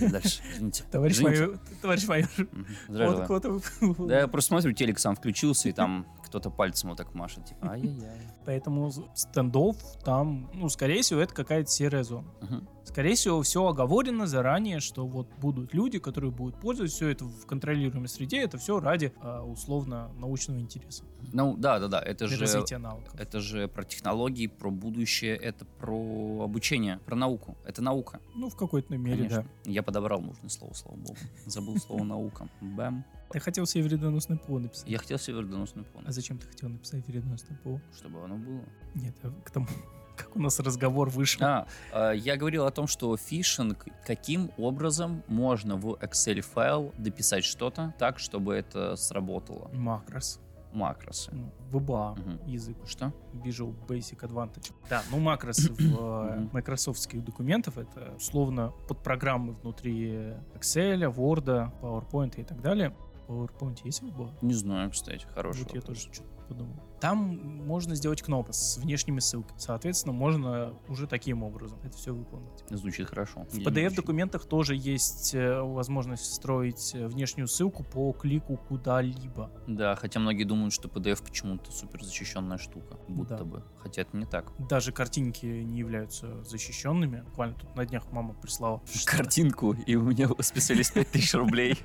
S3: Дальше, извините.
S2: Товарищ
S3: Извините.
S2: майор, товарищ майор,
S3: Мгм. Здравия
S2: вот
S3: желаю.
S2: кто-то... выпал.
S3: Да, я просто смотрю, телек сам включился, и там кто-то пальцем вот так машет. Типа, ай-яй-яй.
S2: Поэтому стендов там, ну, скорее всего, это какая-то серая зона.
S3: Мгм.
S2: Скорее всего, все оговорено заранее, что вот будут люди, которые будут пользоваться все это в контролируемой среде, это все ради а, условно научного интереса,
S3: Ну, да-да-да, это
S2: и
S3: же э,
S2: развития навыков.
S3: Это же про технологии, про будущее, это про обучение, про науку. Это наука.
S2: Ну, в какой-то мере, да.
S3: конечно. Я подобрал нужное слово, слава богу. Забыл слово наука. Бэм.
S2: Ты хотел себе вредоносное ПО написать.
S3: Я хотел себе вредоносную
S2: А
S3: помощь,
S2: зачем ты хотел написать вредоносное ПО?
S3: чтобы оно было.
S2: Нет, а к тому, как у нас разговор вышел.
S3: А, э, я говорил о том, что фишинг, каким образом можно в Excel-файл дописать что-то так, чтобы это сработало.
S2: Макрос.
S3: Макросы.
S2: Ну, ВБА
S3: Мгм.
S2: язык
S3: Что?
S2: Visual Basic Advantage. Да, ну макросы в э,
S3: Мгм.
S2: майкрософтских документах это условно подпрограммы внутри Excel, Word, PowerPoint и так далее. В PowerPoint есть ВБА?
S3: Не знаю, кстати, хороший
S2: Вот я
S3: вопрос.
S2: тоже что-то подумал. Там можно сделать кнопы с внешними ссылками. Соответственно, можно уже таким образом это все выполнить.
S3: Звучит хорошо.
S2: В PDF-документах тоже есть э, возможность встроить э, внешнюю ссылку по клику куда-либо.
S3: Да, хотя многие думают, что PDF почему-то супер защищенная штука, будто
S2: Да.
S3: бы. Хотя это не так.
S2: Даже картинки не являются защищенными. Буквально тут на днях мама прислала.
S3: Картинку, и у меня списались 5000 рублей.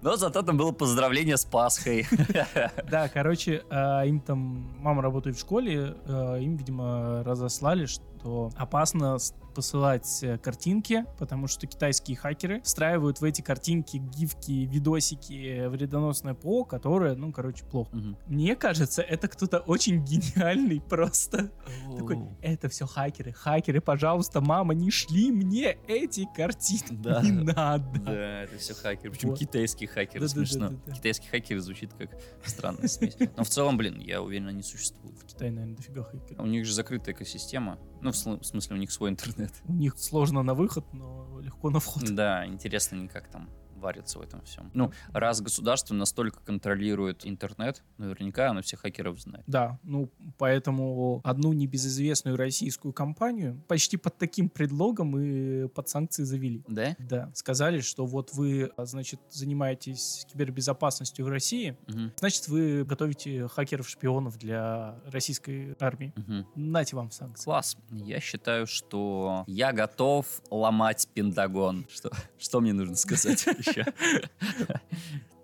S3: Но зато там было поздравление с Пасхой.
S2: Да, короче, э, им там мама работает в школе, э, им, видимо, разослали, что опасно с- посылать э, картинки, потому что китайские хакеры встраивают в эти картинки гифки, видосики, э, вредоносное ПО, которое, ну, короче, плохо.
S3: Мгм.
S2: Мне кажется, это кто-то очень гениальный просто. Такой, это все хакеры, хакеры, пожалуйста, мама, не шли мне эти картинки,
S3: Да.
S2: не надо.
S3: Да, это все хакеры. Причем
S2: Вот.
S3: китайские хакеры,
S2: Да-да-да-да-да.
S3: смешно. Китайские хакеры звучит как странная смесь. Но в целом, блин, я уверен, они существуют.
S2: В Китае, наверное, дофига хакеров.
S3: У них же закрытая экосистема. Ну, в сл- в смысле, у них свой интернет.
S2: У них сложно на выход, но легко на вход.
S3: Да, интересно, они как там варятся в этом всем. Ну, раз государство настолько контролирует интернет, наверняка оно всех хакеров знает.
S2: Да, ну поэтому одну небезызвестную российскую компанию почти под таким предлогом и под санкции завели.
S3: Да?
S2: Да, сказали, что вот вы, а, значит, занимаетесь кибербезопасностью в России,
S3: Мгм.
S2: значит, вы готовите хакеров-шпионов для российской армии.
S3: Мгм.
S2: Нате вам санкции.
S3: Класс. Я считаю, что я готов ломать Пентагон. Что, что мне нужно сказать еще?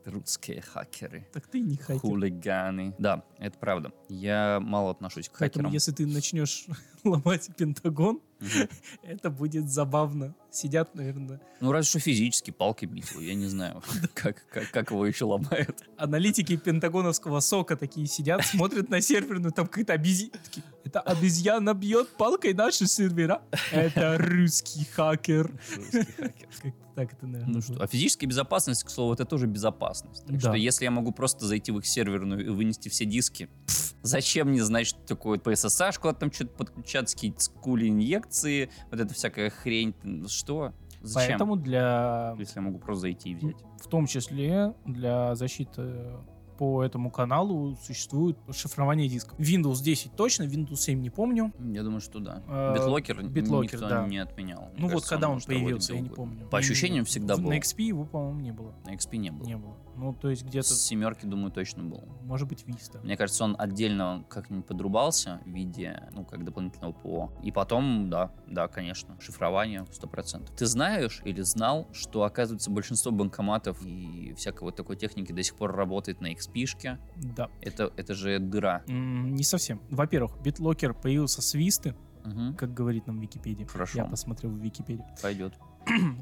S3: Русские хакеры.
S2: Так ты не хакер.
S3: Хулиганы. Да, это правда. Я мало отношусь к
S2: Поэтому
S3: хакерам.
S2: если ты начнешь ломать Пентагон,
S3: Мгм.
S2: это будет забавно. Сидят, наверное,
S3: Ну, разве что физически палки бить его, я не знаю, как, как, как его еще ломают.
S2: аналитики пентагоновского сока такие сидят, смотрят на сервер, ну там какая-то обезьяна. Это обезьяна бьет палкой наши сервера. Это русский хакер.
S3: Русский хакер.
S2: Как-то так это, наверное,
S3: Ну что,
S2: было.
S3: а физическая безопасность, к слову, это тоже безопасность. Так
S2: Да.
S3: что если я могу просто зайти в их серверную и вынести все диски, пф, зачем мне знать, что такое PSSH, куда там что-то подключаться, какие-то скули инъекции, вот эта всякая хрень, м, что? Зачем?
S2: Поэтому для,
S3: Если я могу просто зайти и взять.
S2: в том числе для защиты по этому каналу существует шифрование дисков. Windows 10 точно, Windows 7 не помню.
S3: Я думаю, что да.
S2: Э,
S3: Битлокер,
S2: BitLocker,
S3: никто
S2: да.
S3: не отменял. Мне
S2: ну вот
S3: кажется,
S2: когда он
S3: может работать
S2: появился, я
S3: где
S2: не
S3: угодно.
S2: помню.
S3: По ощущениям всегда был.
S2: На XP его, по-моему, не было.
S3: На XP не было.
S2: Не было. Ну, то есть где-то,
S3: С семерки, думаю, точно был.
S2: может быть, Vista.
S3: Мне кажется, он отдельно как-нибудь подрубался в виде, ну, как дополнительного ПО. И потом, да, да, конечно, шифрование 100%. Ты знаешь или знал, что, оказывается, большинство банкоматов и всякой вот такой техники до сих пор работает на XP-шке?
S2: Да.
S3: Это, это же дыра.
S2: М, не совсем. Во-первых, BitLocker появился с Висты,
S3: Мгм.
S2: как говорит нам Википедия.
S3: Хорошо,
S2: Я посмотрел в Википедии.
S3: пойдет.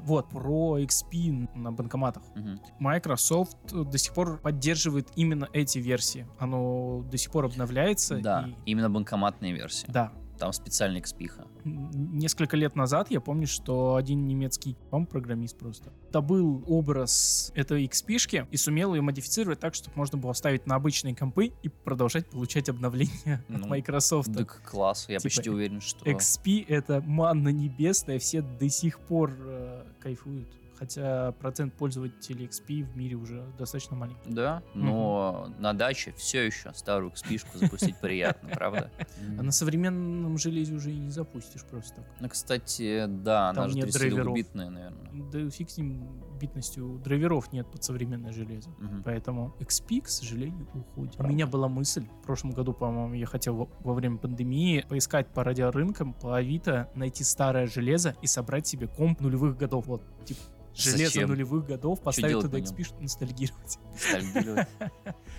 S2: Вот, про XP на банкоматах.
S3: Мгм.
S2: Microsoft э, до сих пор поддерживает именно эти версии. Оно до сих пор обновляется.
S3: Да,
S2: и-
S3: именно банкоматные версии.
S2: Да.
S3: Там специальный XP-ха.
S2: М, Несколько лет назад я помню, что один немецкий, по программист просто, добыл образ этой XP-шки и сумел ее модифицировать так, чтобы можно было ставить на обычные компы и продолжать получать обновления от
S3: Ну,
S2: Microsoft.
S3: Дык класс, я
S2: Типа
S3: почти уверен, что...
S2: XP — это манна небесная, все до сих пор э, кайфуют. Хотя процент пользователей XP в мире уже достаточно маленький.
S3: Да, но на даче все еще старую XP-шку запустить приятно, правда?
S2: А на современном железе уже и не запустишь просто так.
S3: Ну, кстати, да,
S2: Там
S3: она же
S2: нет драйверов.
S3: 32-битная, наверное.
S2: Да фиг с ним битностью драйверов нет под современное железо.
S3: Мгм.
S2: Поэтому XP, к сожалению, уходит.
S3: Правда.
S2: У меня была мысль, в прошлом году, по-моему, я хотел во, во время пандемии поискать по радиорынкам, по Авито, найти старое железо и собрать себе комп нулевых годов. Вот, типа, железо
S3: Зачем?
S2: нулевых годов, поставить
S3: делать
S2: туда
S3: на
S2: XP, чтобы ностальгировать.
S3: Ностальгировать.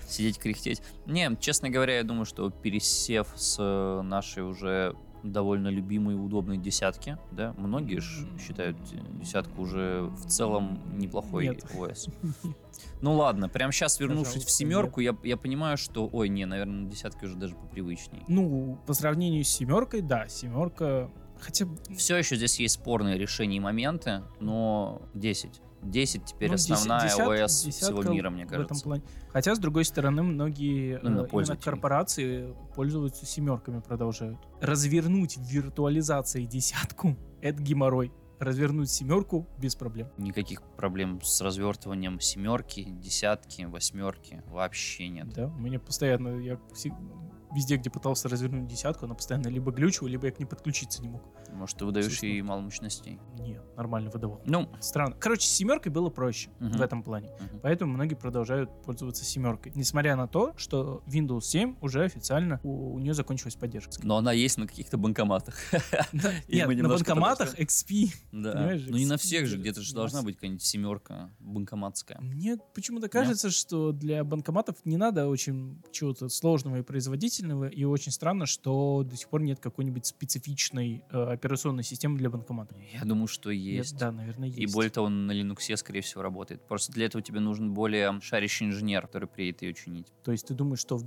S3: Сидеть, кряхтеть. Не, честно говоря, я думаю, что пересев с э, нашей уже довольно любимой и удобной десятки, да, многие ж считают э, десятку уже в целом неплохой
S2: Нет.
S3: ОС. Ну ладно, прям сейчас, вернувшись
S2: Пожалуйста,
S3: в семерку, я, я понимаю, что, ой, не, наверное, десятки уже даже попривычней.
S2: Ну, по сравнению с семеркой, да, семерка... Хотя б-
S3: Все еще здесь есть спорные решения и моменты, но 10. 10 теперь
S2: ну, деся-
S3: основная
S2: десят-
S3: ОС всего
S2: десятка
S3: мира, мне
S2: в
S3: кажется.
S2: этом плане. Хотя, с другой стороны, многие э,
S3: Именно пользователи.
S2: корпорации пользуются семерками, продолжают. Развернуть в виртуализации десятку — это геморрой. Развернуть семерку без проблем.
S3: Никаких проблем с развертыванием семерки, десятки, восьмерки вообще нет.
S2: Да, у меня постоянно, я все- везде, где пытался развернуть десятку, она постоянно либо глючила, либо я к ней подключиться не мог.
S3: Может, ты выдаешь
S2: Слушай,
S3: ей мало мощностей.
S2: Не, нормально выдавал.
S3: Ну,
S2: Странно. Короче, с семеркой было проще
S3: Мгм.
S2: в этом плане.
S3: мгм.
S2: Поэтому многие продолжают пользоваться семеркой. Несмотря на то, что Windows 7 уже официально у, нее закончилась поддержка.
S3: но она есть на каких-то банкоматах.
S2: Да,
S3: И мы
S2: Нет, на
S3: немножко
S2: банкоматах XP.
S3: Да.
S2: Понимаешь,
S3: Ну не на
S2: XP
S3: всех же,
S2: даже
S3: где-то же
S2: не
S3: должна
S2: нас-
S3: быть какая-нибудь семерка банкоматская.
S2: Мне почему-то кажется, что для банкоматов не надо очень чего-то сложного и производительного, и очень странно, что до сих пор нет какой-нибудь специфичной э, операционной системы для банкомата.
S3: Я думаю, что есть.
S2: Да, наверное, есть.
S3: И более того, на Linux, скорее всего, работает. Просто для этого тебе нужен более шарящий инженер, который приедет ее чинить.
S2: То есть ты думаешь, что в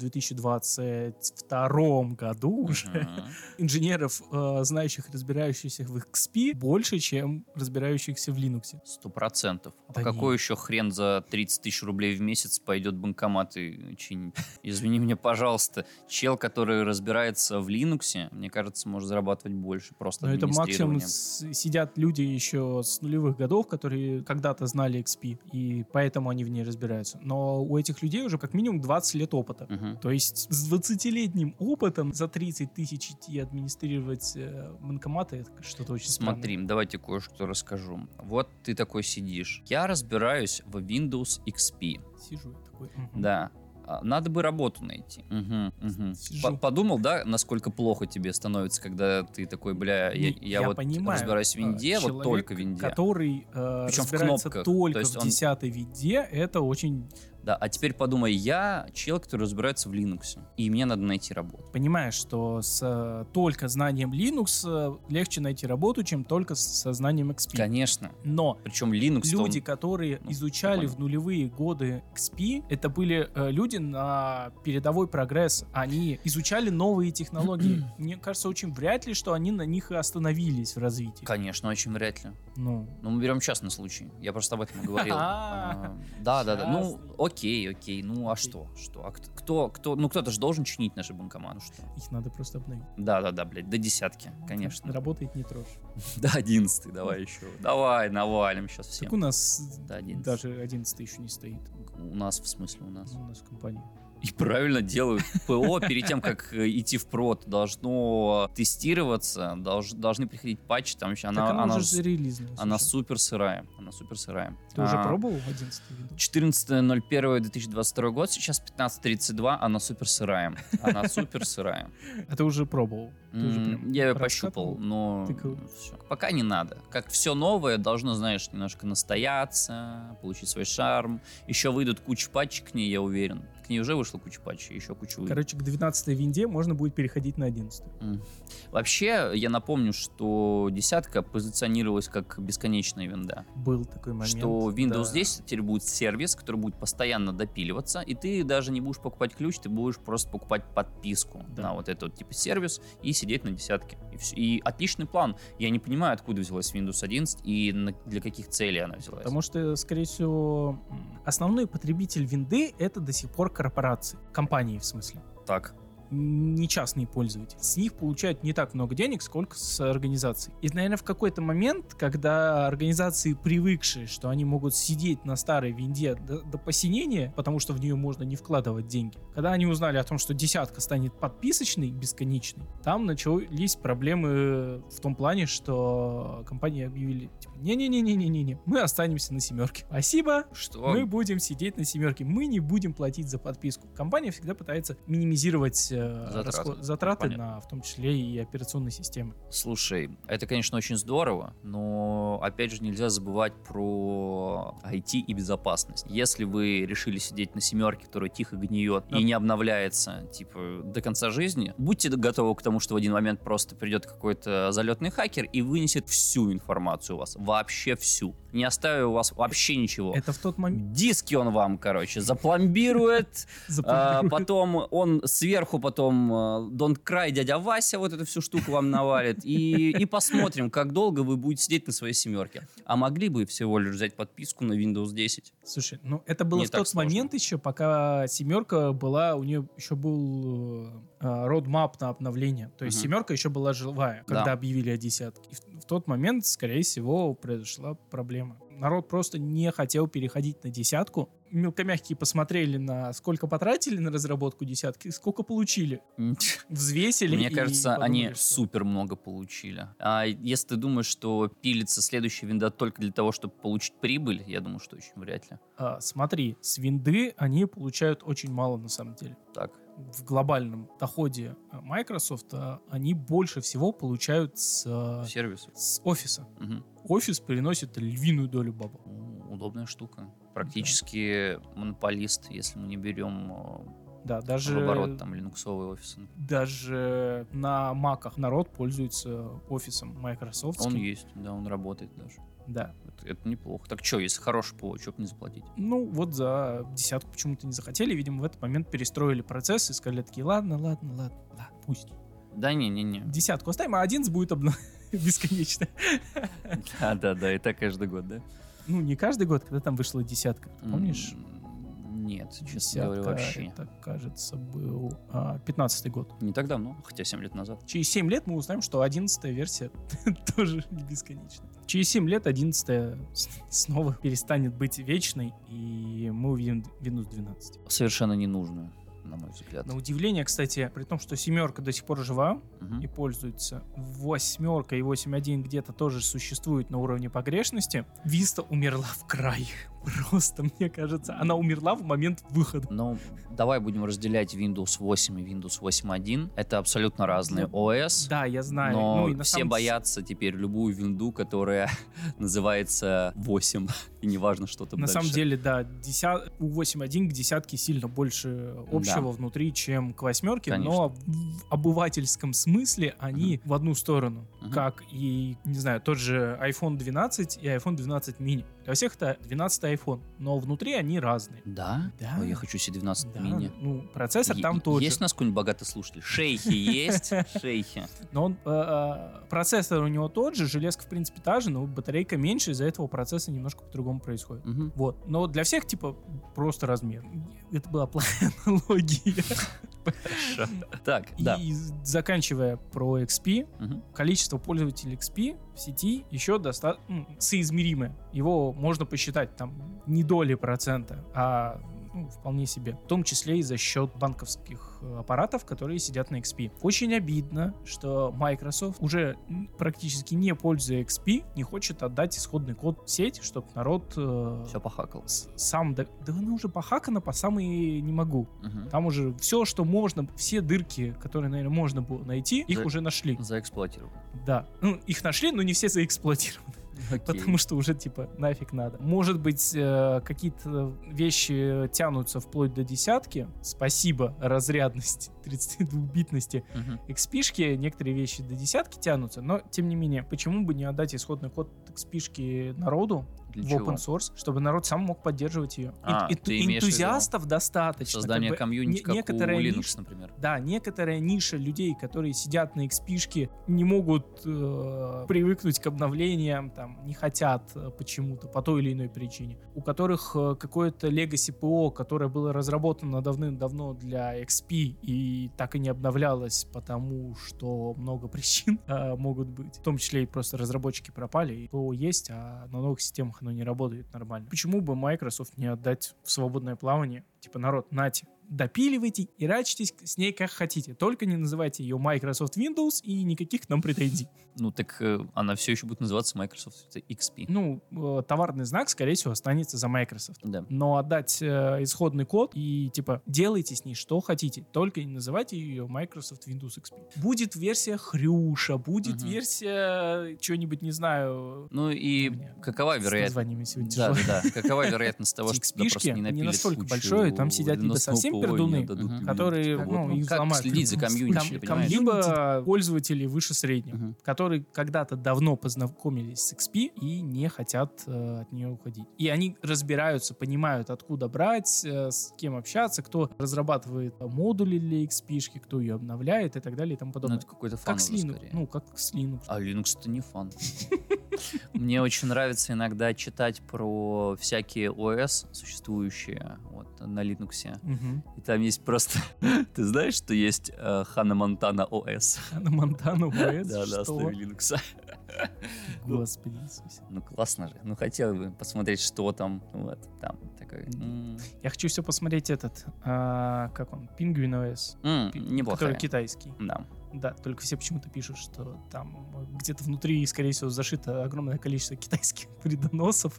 S2: 2022 году уже
S3: Мгм.
S2: инженеров, э, знающих, разбирающихся в XP, больше, чем разбирающихся в Linux.
S3: Сто процентов.
S2: Да
S3: а
S2: не.
S3: какой еще хрен за 30 тысяч рублей в месяц пойдет банкомат и чинить? Извини меня, пожалуйста. Чел, который разбирается в Линуксе, мне кажется, может зарабатывать больше просто
S2: Но это максимум
S3: администрированием.
S2: с- сидят люди еще с нулевых годов, которые когда-то знали XP, и поэтому они в ней разбираются. Но у этих людей уже как минимум 20 лет опыта.
S3: Мгм.
S2: То есть с 20-летним опытом за 30 тысяч идти администрировать э, банкоматы, это что-то очень
S3: Смотри, давайте кое-что расскажу. Вот ты такой сидишь. Я разбираюсь в Windows XP.
S2: странное. Сижу я такой. мгм.
S3: Да. А, Надо бы работу найти. Мгм, мгм.
S2: Сижу.
S3: По- Подумал, да, насколько плохо тебе становится, когда ты такой, бля, Э, я,
S2: Не,
S3: я вот разбираюсь в Винде,
S2: э,
S3: вот
S2: человек,
S3: только в Винде.
S2: который э,
S3: Причем в
S2: разбирается
S3: кнопках.
S2: только
S3: То есть
S2: в
S3: он-
S2: 10 винде, это очень...
S3: Да, а теперь подумай, я чел, который разбирается в Linux, и мне надо найти работу.
S2: Понимаешь, что с э, только знанием Linux э, легче найти работу, чем только с- со знанием XP.
S3: Конечно.
S2: Но
S3: Причем Linux... -то он-
S2: люди, которые
S3: ну,
S2: изучали
S3: понял.
S2: в нулевые годы XP, это были э, люди на передовой прогресс. Они изучали новые технологии. Мне кажется, очень вряд ли, что они на них и остановились в развитии.
S3: Конечно, очень вряд ли.
S2: Ну,
S3: Но мы берем частный случай. Я просто об этом и говорил.
S2: А,
S3: А, Да, да, да. Ну,
S2: частный.
S3: окей, окей, ну а что? Что? А кто- кто, кто, ну кто-то же должен чинить наши банкоматы.
S2: Ну, Их надо просто обновить.
S3: Да-да-да, блядь, до десятки, конечно.
S2: Работает не трожь.
S3: До одиннадцатый давай еще. Давай, навалим сейчас
S2: Так
S3: всем.
S2: у нас
S3: До одиннадцати.
S2: даже 11 еще не стоит.
S3: У нас, в смысле, у нас.
S2: У нас в компании.
S3: И правильно делают. ПО перед тем, как э, идти в прод, должно тестироваться, долж- должны приходить патчи, там вообще она,
S2: так она,
S3: она,
S2: уже зарелизнулась.
S3: она
S2: уже.
S3: супер сырая. Она супер сырая.
S2: Ты уже
S3: А,
S2: пробовал 11 винду?
S3: 14.01.2022 год, сейчас 15.32, она супер сырая. Она супер сырая.
S2: А ты уже пробовал? Ты уже
S3: М,
S2: прям
S3: Я ее
S2: раскатывал?
S3: пощупал, но
S2: Тыкал?
S3: всё. пока не надо. Как все новое, должно, знаешь, немножко настояться, получить свой шарм. Еще выйдут куча патчей к ней, я уверен. К ней уже вышла куча патчей, еще куча выйдет.
S2: Короче, к 12 винде можно будет переходить на 11.
S3: Вообще, я напомню, что десятка позиционировалась как бесконечная винда.
S2: Был такой момент.
S3: что Windows
S2: да.
S3: 10 теперь будет сервис, который будет постоянно допиливаться, и ты даже не будешь покупать ключ, ты будешь просто покупать подписку
S2: Да.
S3: на вот этот вот, типа сервис и сидеть на десятке. И, всё. И отличный план. Я не понимаю, откуда взялась Windows 11 и на- для каких целей она взялась.
S2: Потому что, скорее всего, м, основной потребитель винды это до сих пор корпорации, компании в смысле,
S3: Так.
S2: не частные пользователи. С них получают не так много денег, сколько с организаций. И, наверное, в какой-то момент, когда организации привыкшие, что они могут сидеть на старой винде до, до посинения, потому что в нее можно не вкладывать деньги, когда они узнали о том, что десятка станет подписочной, бесконечной, там начались проблемы в том плане, что компании объявили, типа, не-не-не-не-не-не, мы останемся на семерке. Спасибо,
S3: Что?
S2: мы будем сидеть на семерке, мы не будем платить за подписку. Компания всегда пытается минимизировать э,
S3: Затраты.
S2: расход- затраты
S3: Понятно.
S2: на, в том числе и операционные системы.
S3: Слушай, это, конечно, очень здорово, но, опять же, нельзя забывать про IT и безопасность. Если вы решили сидеть на семерке, которая тихо гниет
S2: Да.
S3: и не обновляется, типа, до конца жизни, будьте готовы к тому, что в один момент просто придет какой-то залетный хакер и вынесет всю информацию у вас, вообще всю, не оставив у вас вообще ничего.
S2: Это в тот момент
S3: Диски он вам, короче, запломбирует, а,
S2: запланируют.
S3: потом он сверху потом э, Don't Cry, дядя Вася вот эту всю штуку вам навалит. И, и посмотрим, как долго вы будете сидеть на своей семерке. А могли бы всего лишь взять подписку на Windows 10.
S2: Слушай, ну это было
S3: не
S2: в
S3: так
S2: тот
S3: сложно.
S2: момент еще, пока семерка была, у нее еще был э, родмап на обновление. То есть
S3: Мгм.
S2: семерка еще была живая, когда
S3: Да.
S2: объявили о десятке. И в, в тот момент, скорее всего, произошла проблема. Народ просто не хотел переходить на десятку. Мелкомягкие посмотрели на сколько потратили на разработку десятки, сколько получили.
S3: М,
S2: взвесили.
S3: Мне
S2: и
S3: кажется,
S2: подумали,
S3: они
S2: что-
S3: супер много получили. А если ты думаешь, что пилится следующая винда только для того, чтобы получить прибыль, я думаю, что очень вряд ли.
S2: А, смотри, с винды они получают очень мало на самом деле.
S3: Так.
S2: В глобальном доходе а, Microsoft а, они больше всего получают с, а,
S3: Сервис.
S2: с офиса.
S3: Мгм.
S2: Офис приносит львиную долю бабок.
S3: М, Удобная штука. Практически монополист, если мы не берем
S2: Да,
S3: э,
S2: даже,
S3: в оборот там линуксовые офисы.
S2: даже на маках народ пользуется офисом Microsoft.
S3: Он есть, да, он работает даже.
S2: Да.
S3: Это, это неплохо. Так что, если хороший ПО, что бы не заплатить?
S2: Ну, вот за десятку почему-то не захотели. Видимо, в этот момент перестроили процесс и сказали такие, ладно, ладно, ладно, ладно пусть.
S3: Да не-не-не.
S2: десятку оставим, а 11 будет обна... бесконечно.
S3: Да-да-да, и так каждый год, А, да?
S2: Ну, не каждый год, когда там вышла десятка, ты помнишь?
S3: М, Нет, честно
S2: Десятка,
S3: говоря, вообще.
S2: это, кажется, был а, 15-й год.
S3: Не так давно, хотя 7 лет назад.
S2: Через 7 лет мы узнаем, что 11-я версия тоже не бесконечна. Через 7 лет 11-я с- снова перестанет быть вечной, и мы увидим Windows 12.
S3: Совершенно ненужную, на мой взгляд.
S2: На удивление, кстати, при том, что семерка до сих пор жива,
S3: Мгм.
S2: и пользуются. Восьмерка и 8.1 где-то тоже существуют на уровне погрешности. Виста умерла в край. Просто, мне кажется, она умерла в момент выхода.
S3: Ну, давай будем разделять Windows 8 и Windows 8.1. Это абсолютно разные ОС.
S2: Да, я знаю. Ну
S3: Но
S2: и на
S3: все
S2: самом-
S3: боятся теперь любую винду, которая называется 8. И неважно, что там
S2: На
S3: дальше.
S2: самом деле, да, деся- у 8.1 к десятке сильно больше общего внутри, чем к восьмерке, но в обывательском смысле они в одну сторону,
S3: Мгм.
S2: как и, не знаю, тот же iPhone 12 и iPhone 12 mini. Для всех это 12 это iPhone, но внутри они разные.
S3: Да?
S2: Да.
S3: Ой, я хочу себе 12
S2: Да,
S3: мини.
S2: ну, процессор
S3: Е-
S2: там тот
S3: Есть
S2: же,
S3: у нас какой-нибудь богатый слушатель? Шейхи есть? Шейхи.
S2: но он, э, э, процессор у него тот же, железка в принципе та же, но батарейка меньше, из-за этого процессы немножко по-другому происходит.
S3: Мгм.
S2: Вот. Но для всех, типа, просто размер. Это была плохая аналогия.
S3: Так, да.
S2: И заканчивая про XP,
S3: Мгм.
S2: количество пользователей XP в сети еще достаточно соизмеримое. Его можно посчитать там не доли процента, а ну, вполне себе. В том числе и за счет банковских э, аппаратов, которые сидят на XP. Очень обидно, что Microsoft уже м, практически не пользуя XP, не хочет отдать исходный код в сеть, чтобы народ э,
S3: Все похакал.
S2: с- сам... до- Да она уже похакана по самые не могу.
S3: Мгм.
S2: Там уже все, что можно, все дырки, которые, наверное, можно было найти, их
S3: Да.
S2: уже нашли.
S3: Заэксплуатировал.
S2: Да. Ну, их нашли, но не все заэксплуатированы, потому что уже, типа, нафиг надо. Может быть, э, какие-то вещи тянутся вплоть до десятки. Спасибо разрядности, 32-битности.
S3: Мгм.
S2: XP-шки, некоторые вещи до десятки тянутся, но, тем не менее, почему бы не отдать исходный код XP-шки народу
S3: Для
S2: в
S3: чего?
S2: open source, чтобы народ сам мог поддерживать ее.
S3: А,
S2: И- и-
S3: ты имеешь в виду
S2: энтузиастов достаточно. как
S3: Создание
S2: бы,
S3: комьюнити,
S2: не-
S3: как у
S2: некоторая
S3: Linux,
S2: ниша-
S3: например.
S2: да, некоторая ниша людей, которые сидят на XP-шке, не могут э, привыкнуть к обновлениям, там, не хотят э, почему-то, по той или иной причине. У которых э, какое-то Legacy ПО, которое было разработано давным-давно для XP и так и не обновлялось, потому что много причин э, могут быть. В том числе и просто разработчики пропали, и ПО есть, а на новых системах оно не работает нормально. Почему бы Microsoft не отдать в свободное плавание? Типа, народ, нате, допиливайте и рачитесь с ней как хотите. Только не называйте ее Microsoft Windows и никаких к нам претензий.
S3: Ну так э, она все еще будет называться Microsoft XP.
S2: Ну, э, товарный знак, скорее всего, останется за Microsoft.
S3: Да.
S2: Но отдать э, исходный код и типа делайте с ней что хотите, только не называйте ее Microsoft Windows XP. Будет версия хрюша, будет
S3: Мгм.
S2: версия э, чего-нибудь, не знаю,
S3: Ну и
S2: у меня
S3: какова
S2: с
S3: вероятность?
S2: названиями сегодня
S3: А, Да,
S2: тяжело.
S3: да, да. Какова вероятность того,
S2: Эти
S3: что тебя просто
S2: XP-шки,
S3: не
S2: они
S3: напилят
S2: настолько
S3: кучу
S2: большие, там сидят либо
S3: виносного
S2: совсем
S3: ПО и не
S2: пердуны,
S3: отдадут мгм.
S2: Мгм. которые,
S3: Вот,
S2: ну,
S3: ну,
S2: их
S3: как
S2: взломают.
S3: следить за
S2: Ком-
S3: комьюнити, понимаешь?
S2: Либо пользователей выше среднего,
S3: Мгм.
S2: которые когда-то давно познакомились с XP и не хотят э, от нее уходить. И они разбираются, понимают, откуда брать, э, с кем общаться, кто разрабатывает э, модули для XP, кто ее обновляет и так далее и тому
S3: Ну
S2: подобное.
S3: это какой-то фан
S2: как с
S3: уже
S2: Linux.
S3: скорее.
S2: Ну, как с Linux.
S3: А Linux это не фан. Мне очень нравится иногда читать про всякие ОС, существующие вот, на Linux.
S2: Мгм.
S3: И там есть просто... Ты знаешь, что есть э, Ханна Монтана ОС?
S2: Ханна Монтана OS,
S3: Да, да,
S2: что?
S3: основе Linux.
S2: Господи Иисусе.
S3: Ну классно же. Ну хотел бы посмотреть, что там. Вот, там такой. м,
S2: Я хочу все посмотреть этот, а, как он, Пингвин OS,
S3: м,
S2: который
S3: Неплохая.
S2: китайский.
S3: Да.
S2: Да, только все почему-то пишут, что там э, где-то внутри, скорее всего, зашито огромное количество китайских вредоносов,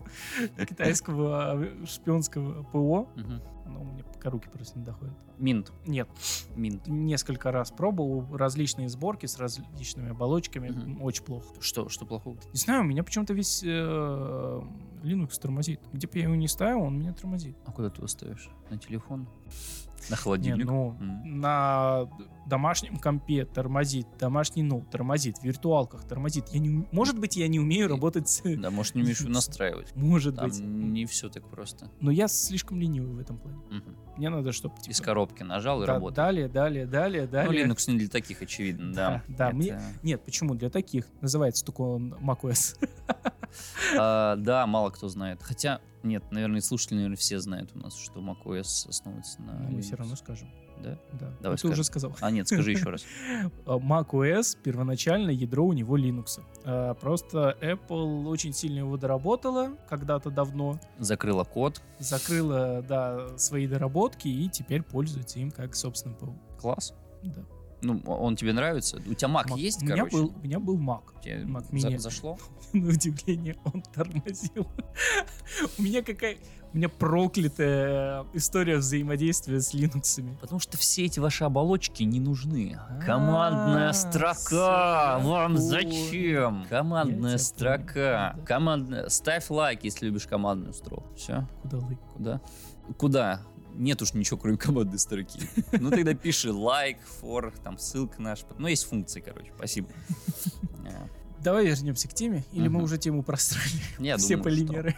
S2: китайского э, шпионского ПО.
S3: Мгм.
S2: Но у меня пока руки просто не доходят.
S3: Минт.
S2: Нет,
S3: Минт.
S2: несколько раз пробовал различные сборки с различными оболочками.
S3: Мгм.
S2: М, Очень плохо.
S3: Что, что плохого?
S2: Не знаю, у меня почему-то весь э, Linux тормозит. Где бы я его не ставил, он меня тормозит.
S3: А куда ты его ставишь? На телефон? На
S2: Не,
S3: холодильник?
S2: ну,
S3: М.
S2: на домашнем компе тормозит, домашний ноут тормозит, в виртуалках тормозит. Я не, ум- может быть, я не умею работать с...
S3: Да, может, не умеешь его настраивать.
S2: Может
S3: Там
S2: быть.
S3: не все так просто.
S2: Но я слишком ленивый в этом плане.
S3: Мгм.
S2: Мне надо, чтобы...
S3: Из коробки нажал и работает.
S2: далее, далее, далее,
S3: Ну,
S2: далее.
S3: Linux не для таких, очевидно, да.
S2: Да, да, мне-
S3: Это,
S2: Нет, почему? Для таких. Называется только он macOS.
S3: а, да, мало кто знает. Хотя, нет, наверное, и слушатели, наверное, все знают у нас, что macOS основывается на
S2: Но Ну, мы все
S3: А, Linux.
S2: равно скажем.
S3: Да?
S2: Да. Ну,
S3: Давай
S2: Ты уже
S3: скажем.
S2: сказал.
S3: А, нет, скажи еще раз.
S2: А, macOS первоначально ядро у него Linux. А, Просто Apple очень сильно его доработала когда-то давно.
S3: Закрыла код.
S2: закрыла да, свои доработки и теперь пользуется им как собственным ПО.
S3: Класс.
S2: Да.
S3: Ну, он тебе нравится? У тебя Mac
S2: Мак.
S3: есть,
S2: у меня
S3: короче?
S2: был, у меня был Мак.
S3: Тебе
S2: Mac
S3: за-
S2: Mini.
S3: зашло?
S2: На удивление он тормозил. у меня какая, у меня проклятая история взаимодействия с Линуксами.
S3: Потому что все эти ваши оболочки не нужны. Командная
S2: А,
S3: строка!
S2: всё,
S3: Вам
S2: понял.
S3: зачем?
S2: Я тебя
S3: Командная
S2: понял,
S3: строка.
S2: да.
S3: Командная. Ставь лайк, если любишь командную строку. Все.
S2: Куда лык?
S3: Куда? Куда? Нет уж ничего, кроме командной строки. Ну тогда пиши лайк, фор, там ссылка наш. Ну есть функции, короче. Спасибо. Э,
S2: Давай вернемся к теме, или мы
S3: Мгм.
S2: уже тему простроили.
S3: Я
S2: Все
S3: думаю, что-
S2: полимеры.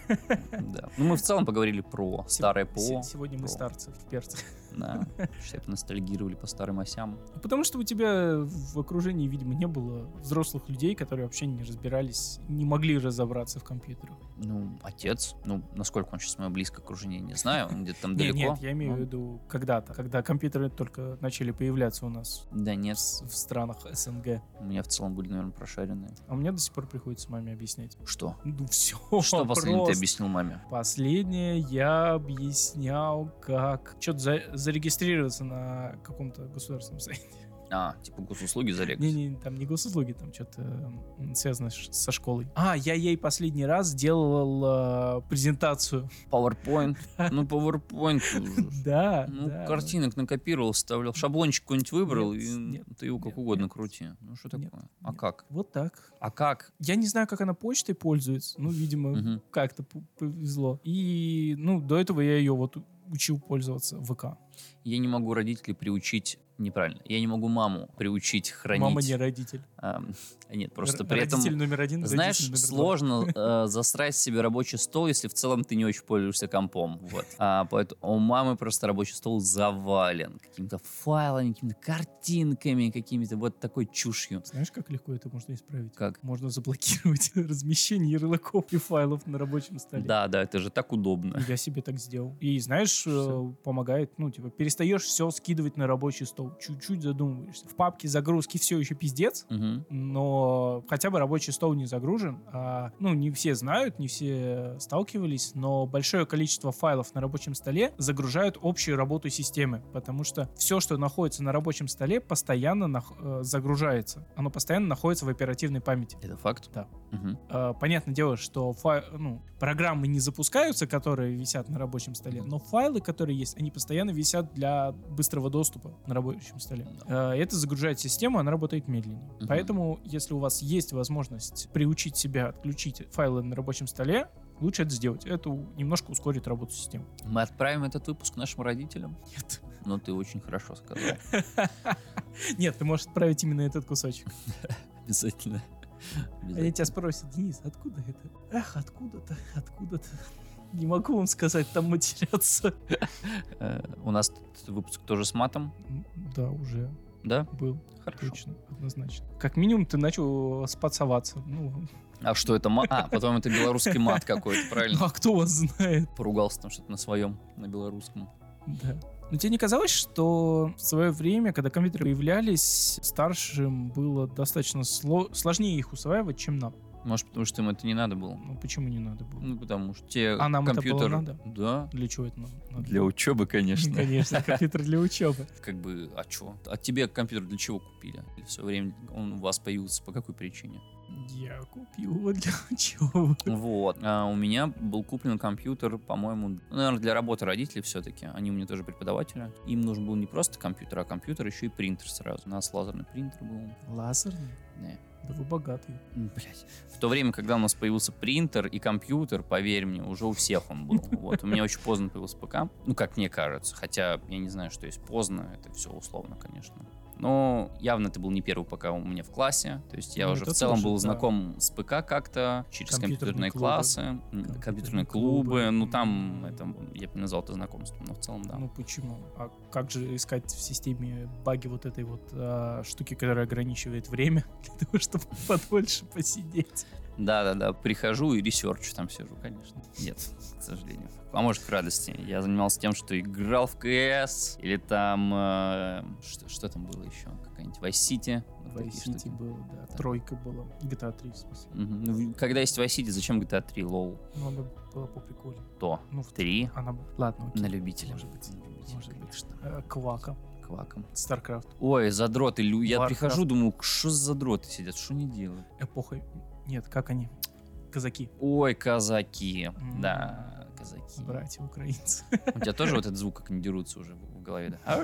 S3: да. Ну, мы в целом поговорили про
S2: Сего-
S3: старое
S2: се-
S3: ПО.
S2: Сегодня мы
S3: про-
S2: старцы в перце.
S3: Да, что-то ностальгировали по старым осям.
S2: Ну, Потому что у тебя в окружении, видимо, не было взрослых людей, которые вообще не разбирались, не могли разобраться в компьютерах.
S3: Ну, отец, ну, насколько он сейчас мое близкое окружение, не знаю, он где-то там
S2: Не,
S3: далеко.
S2: нет, я имею в
S3: Ну,
S2: виду когда-то, когда компьютеры только начали появляться у нас
S3: Да
S2: в,
S3: нет,
S2: с- в странах СНГ.
S3: у меня в целом были, наверное, прошаренные.
S2: А мне до сих пор приходится маме объяснять.
S3: Что?
S2: Ну все.
S3: Что последнее ты объяснил маме?
S2: Последнее я объяснял, как что-то зарегистрироваться на каком-то государственном сайте.
S3: А, типа госуслуги зарегать.
S2: Не-не, там не госуслуги, там что-то связано ш- со школой. А, я ей последний раз делал э, презентацию.
S3: PowerPoint. Ну, PowerPoint. уже.
S2: Да,
S3: Ну,
S2: да.
S3: картинок накопировал, вставлял. Шаблончик какой-нибудь выбрал,
S2: Нет,
S3: и
S2: нет,
S3: ты его
S2: нет,
S3: как угодно
S2: нет.
S3: крути. Ну, что
S2: Нет,
S3: такое? А
S2: нет.
S3: как?
S2: Вот так.
S3: А как?
S2: Я не знаю, как она почтой пользуется. Ну, видимо,
S3: Мгм.
S2: как-то п- повезло. И, ну, до этого я ее вот учил пользоваться ВК.
S3: Я не могу родителей приучить неправильно. Я не могу маму приучить хранить.
S2: Мама не родитель.
S3: Ам, нет, просто
S2: Р-
S3: при этом.
S2: Родитель номер один,
S3: Знаешь,
S2: родитель номер два.
S3: сложно э, засрать себе рабочий стол, если в целом ты не очень пользуешься компом. Вот. А, поэтому у мамы просто рабочий стол завален какими-то файлами, какими-то картинками, какими-то вот такой чушью.
S2: Знаешь, как легко это можно исправить?
S3: Как?
S2: Можно заблокировать размещение ярлыков и файлов на рабочем столе.
S3: Да, да, это же так удобно.
S2: Я себе так сделал. И знаешь, э,
S3: Всё.
S2: помогает, ну, типа, перестаешь все скидывать на рабочий стол. Чуть-чуть задумываешься. В папке загрузки все еще пиздец,
S3: Мгм.
S2: но хотя бы рабочий стол не загружен. А, ну, не все знают, не все сталкивались, но большое количество файлов на рабочем столе загружают общую работу системы, потому что все, что находится на рабочем столе, постоянно нах- э, загружается. Оно постоянно находится в оперативной памяти.
S3: Это факт?
S2: Да.
S3: Мгм.
S2: Э, понятное дело, что фай- ну, программы не запускаются, которые висят на рабочем столе, но файлы, которые есть, они постоянно висят для быстрого доступа на рабочем столе. Э, Это загружает систему, она работает медленнее.
S3: Мгм.
S2: Поэтому, если у вас есть возможность приучить себя отключить файлы на рабочем столе, лучше это сделать. Это у- немножко ускорит работу системы.
S3: Мы отправим этот выпуск нашим родителям.
S2: Нет.
S3: Но ты очень хорошо сказал.
S2: Нет, ты можешь отправить именно этот кусочек.
S3: Обязательно.
S2: Они
S3: Обязательно.
S2: А тебя спросят, Денис, откуда это? Эх, откуда-то, откуда-то. Не могу вам сказать, там матерятся.
S3: Э, У нас тут выпуск тоже с матом,
S2: М, Да, уже
S3: да?
S2: был,
S3: Хорошо.
S2: точно, однозначно. Как минимум ты начал спацаваться. Ну,
S3: А что это? ма- А, потом это белорусский мат какой-то, правильно?
S2: а кто вас знает?
S3: поругался там что-то на своем, на белорусском.
S2: Да. Но тебе не казалось, что в свое время, когда компьютеры появлялись, старшим было достаточно сло- сложнее их усваивать, чем нам?
S3: Может, потому что им это не надо было?
S2: Ну, почему не надо было?
S3: Ну, потому что те
S2: А нам это было
S3: компьютер...
S2: надо?
S3: Да.
S2: Для чего это нам надо?
S3: учебы,
S2: Ну,
S3: конечно.
S2: Конечно, компьютер для учебы.
S3: Как бы, а чё? А тебе компьютер для чего купили? Или все время он у вас появился? По какой причине?
S2: Я купил его для учебы.
S3: Вот. А у меня был куплен компьютер, по-моему, наверное, для работы родителей все-таки. Они у меня тоже преподаватели. Им нужен был не просто компьютер, а компьютер, еще и принтер сразу. У нас лазерный принтер был.
S2: Лазерный?
S3: Да.
S2: Да вы богатый.
S3: М, блядь. В то время, когда у нас появился принтер и компьютер, поверь мне, уже у всех он был. Вот. У меня очень поздно появился ПК. Ну, как мне кажется. Хотя я не знаю, что есть поздно. Это все условно, конечно. Но явно это был не первый ПК у меня в классе. То есть я
S2: Ну,
S3: уже в
S2: это
S3: целом
S2: тоже,
S3: был
S2: да.
S3: знаком с ПК как-то через
S2: Компьютерные
S3: компьютерные,
S2: клубы.
S3: классы, м, компьютерные,
S2: Компьютерные
S3: клубы.
S2: клубы.
S3: Ну, там,
S2: М.
S3: это, я бы не назвал это знакомством, но в целом, да.
S2: Ну почему? А как же искать в системе баги вот этой вот а, штуки, которая ограничивает время для того, чтобы подольше посидеть?
S3: Да-да-да, прихожу и ресерчу там сижу, конечно. Нет, к сожалению. А может, к радости. Я занимался тем, что играл в КС, или там... э, что, что там было еще? Какая-нибудь Vice City. вот такие штуки.
S2: было, да.
S3: Да.
S2: Тройка была. GTA 3, в смысле.
S3: Мгм. Ну, в- Когда есть Vice City, зачем GTA 3? Лол.
S2: Ну, она была по приколе.
S3: То.
S2: Ну, в
S3: 3
S2: Она... Ладно, окей.
S3: на любителя.
S2: Может быть,
S3: На любителя,
S2: может быть.
S3: конечно.
S2: Э, Квака.
S3: Кваком.
S2: Старкрафт.
S3: Ой, задроты. лю- Я
S2: Warcraft.
S3: прихожу, думаю, что за задроты сидят, что они делают?
S2: Эпоха... Нет, как они? Казаки.
S3: Ой, казаки.
S2: М.
S3: Да, казаки.
S2: Братья украинцы.
S3: У тебя тоже вот этот звук, как они дерутся уже в в голове, да?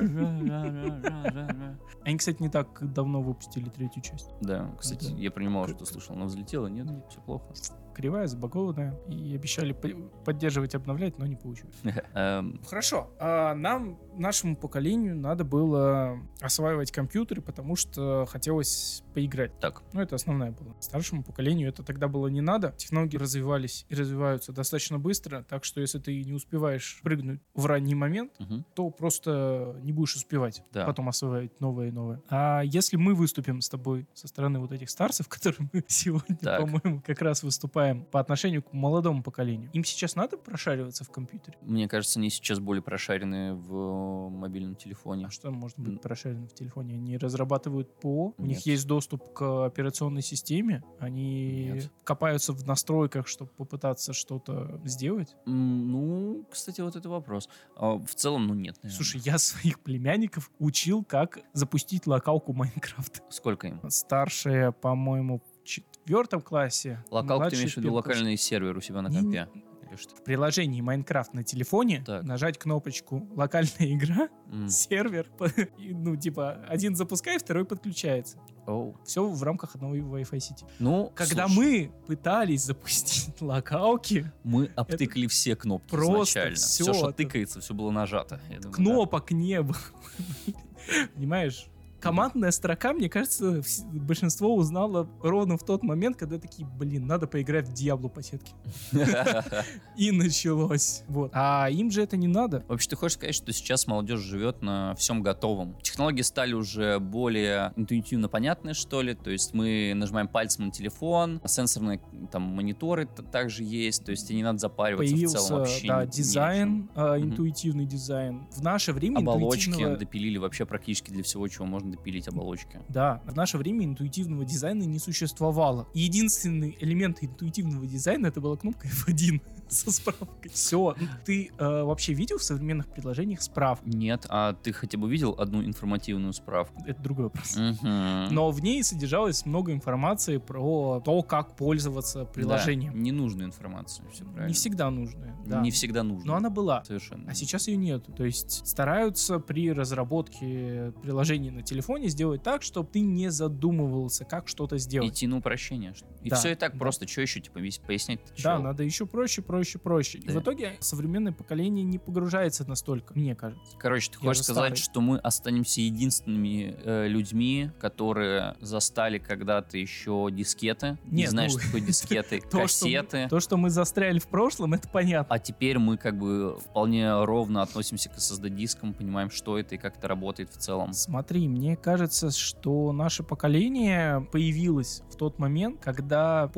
S2: Они, кстати, не так давно выпустили третью часть.
S3: Да, кстати,
S2: Да.
S3: я понимал,
S2: Как-
S3: что слышал, но взлетело, нет?
S2: Нет.
S3: Все плохо.
S2: кривая, забагованная. И обещали по- поддерживать, обновлять, но не получилось.
S3: Эм,
S2: Хорошо. А нам, нашему поколению, надо было осваивать компьютеры, потому что хотелось поиграть.
S3: Так.
S2: Ну, это основное было. Старшему поколению это тогда было не надо. Технологии развивались и развиваются достаточно быстро, так что если ты не успеваешь прыгнуть в ранний момент,
S3: мгм.
S2: то просто не будешь успевать
S3: Да.
S2: потом осваивать новое и новое. А если мы выступим с тобой со стороны вот этих старцев, которые мы сегодня,
S3: Так.
S2: по-моему, как раз выступаем по отношению к молодому поколению, им сейчас надо прошариваться в компьютере?
S3: Мне кажется, они сейчас более прошаренные в э, мобильном телефоне.
S2: А что может быть
S3: М.
S2: прошарено в телефоне? Они разрабатывают ПО, у них
S3: Нет.
S2: есть доступ к операционной системе, они
S3: Нет.
S2: копаются в настройках, чтобы попытаться что-то сделать.
S3: М, Ну, кстати, вот это вопрос. А, В целом, ну нет. наверное.
S2: Слушай, я своих племянников учил, как запустить локалку Майнкрафт.
S3: сколько им?
S2: Старшая, по-моему, в четвертом классе.
S3: Локалку ты
S2: младшая
S3: имеешь в
S2: в
S3: виду
S2: первом классе.
S3: локальный сервер у себя на
S2: Не-
S3: компе? Или что?
S2: В приложении Майнкрафт на телефоне
S3: Так.
S2: нажать кнопочку «Локальная игра»,
S3: М,
S2: сервер, и, ну, типа, один запускай, второй подключается.
S3: оу.
S2: Все в рамках одного Wi-Fi сети.
S3: Ну,
S2: Когда
S3: слушай,
S2: мы пытались запустить локалки,
S3: мы обтыкали все кнопки
S2: просто
S3: изначально. Все,
S2: всё
S3: что
S2: это-
S3: тыкается, все было нажато. Я думаю, Ну да.
S2: кнопок не было. Понимаешь? Командная строка, мне кажется, вс- большинство узнало ровно в тот момент, когда такие, блин, надо поиграть в Диаблу по сетке. И началось. Вот. А им же это не надо.
S3: Вообще, ты хочешь сказать, что сейчас молодежь живет на всем готовом? Технологии стали уже более интуитивно понятны, что ли? То есть мы нажимаем пальцем на телефон, а сенсорные там мониторы т- также есть, то есть тебе не надо запариваться в
S2: Появился
S3: целом вообще. ни- ни
S2: да,
S3: о чем.
S2: дизайн, а,
S3: Мгм.
S2: интуитивный дизайн. В наше время
S3: Оболочки
S2: интуитивного-
S3: допилили вообще практически для всего, чего можно допилить оболочки.
S2: Да, в наше время интуитивного дизайна не существовало. Единственный элемент интуитивного дизайна это была кнопка F1 со справкой. Все, ты э, вообще видел в современных приложениях справку?
S3: Нет, а ты хотя бы видел одну информативную справку?
S2: Это другой вопрос.
S3: Мгм.
S2: Но в ней содержалось много информации про то, как пользоваться
S3: Да,
S2: приложением.
S3: не нужную информацию, все правильно.
S2: не всегда нужная. да.
S3: Не М-м. всегда нужно.
S2: Но она была.
S3: Совершенно.
S2: А сейчас ее нет. То есть стараются при разработке приложений на телефоне сделать так, чтобы ты не задумывался, как что-то сделать.
S3: Идти на упрощение. что- И
S2: Да,
S3: все и так
S2: да.
S3: просто, что еще, типа, весь- пояснять
S2: Да, надо еще проще, проще, проще. И
S3: Да.
S2: в итоге современное поколение не погружается настолько, мне кажется.
S3: Короче, ты
S2: Я
S3: хочешь
S2: же
S3: сказать,
S2: старый.
S3: что мы останемся единственными э, людьми, которые застали когда-то еще дискеты. не
S2: Нет,
S3: знаешь,
S2: ну,
S3: что такое дискеты,
S2: то, что мы-
S3: кассеты.
S2: То, что мы застряли в прошлом, это понятно.
S3: А теперь мы как бы вполне ровно относимся к SSD-дискам, понимаем, что это и как это работает в целом.
S2: Смотри, мне кажется, что наше поколение появилось в тот момент, когда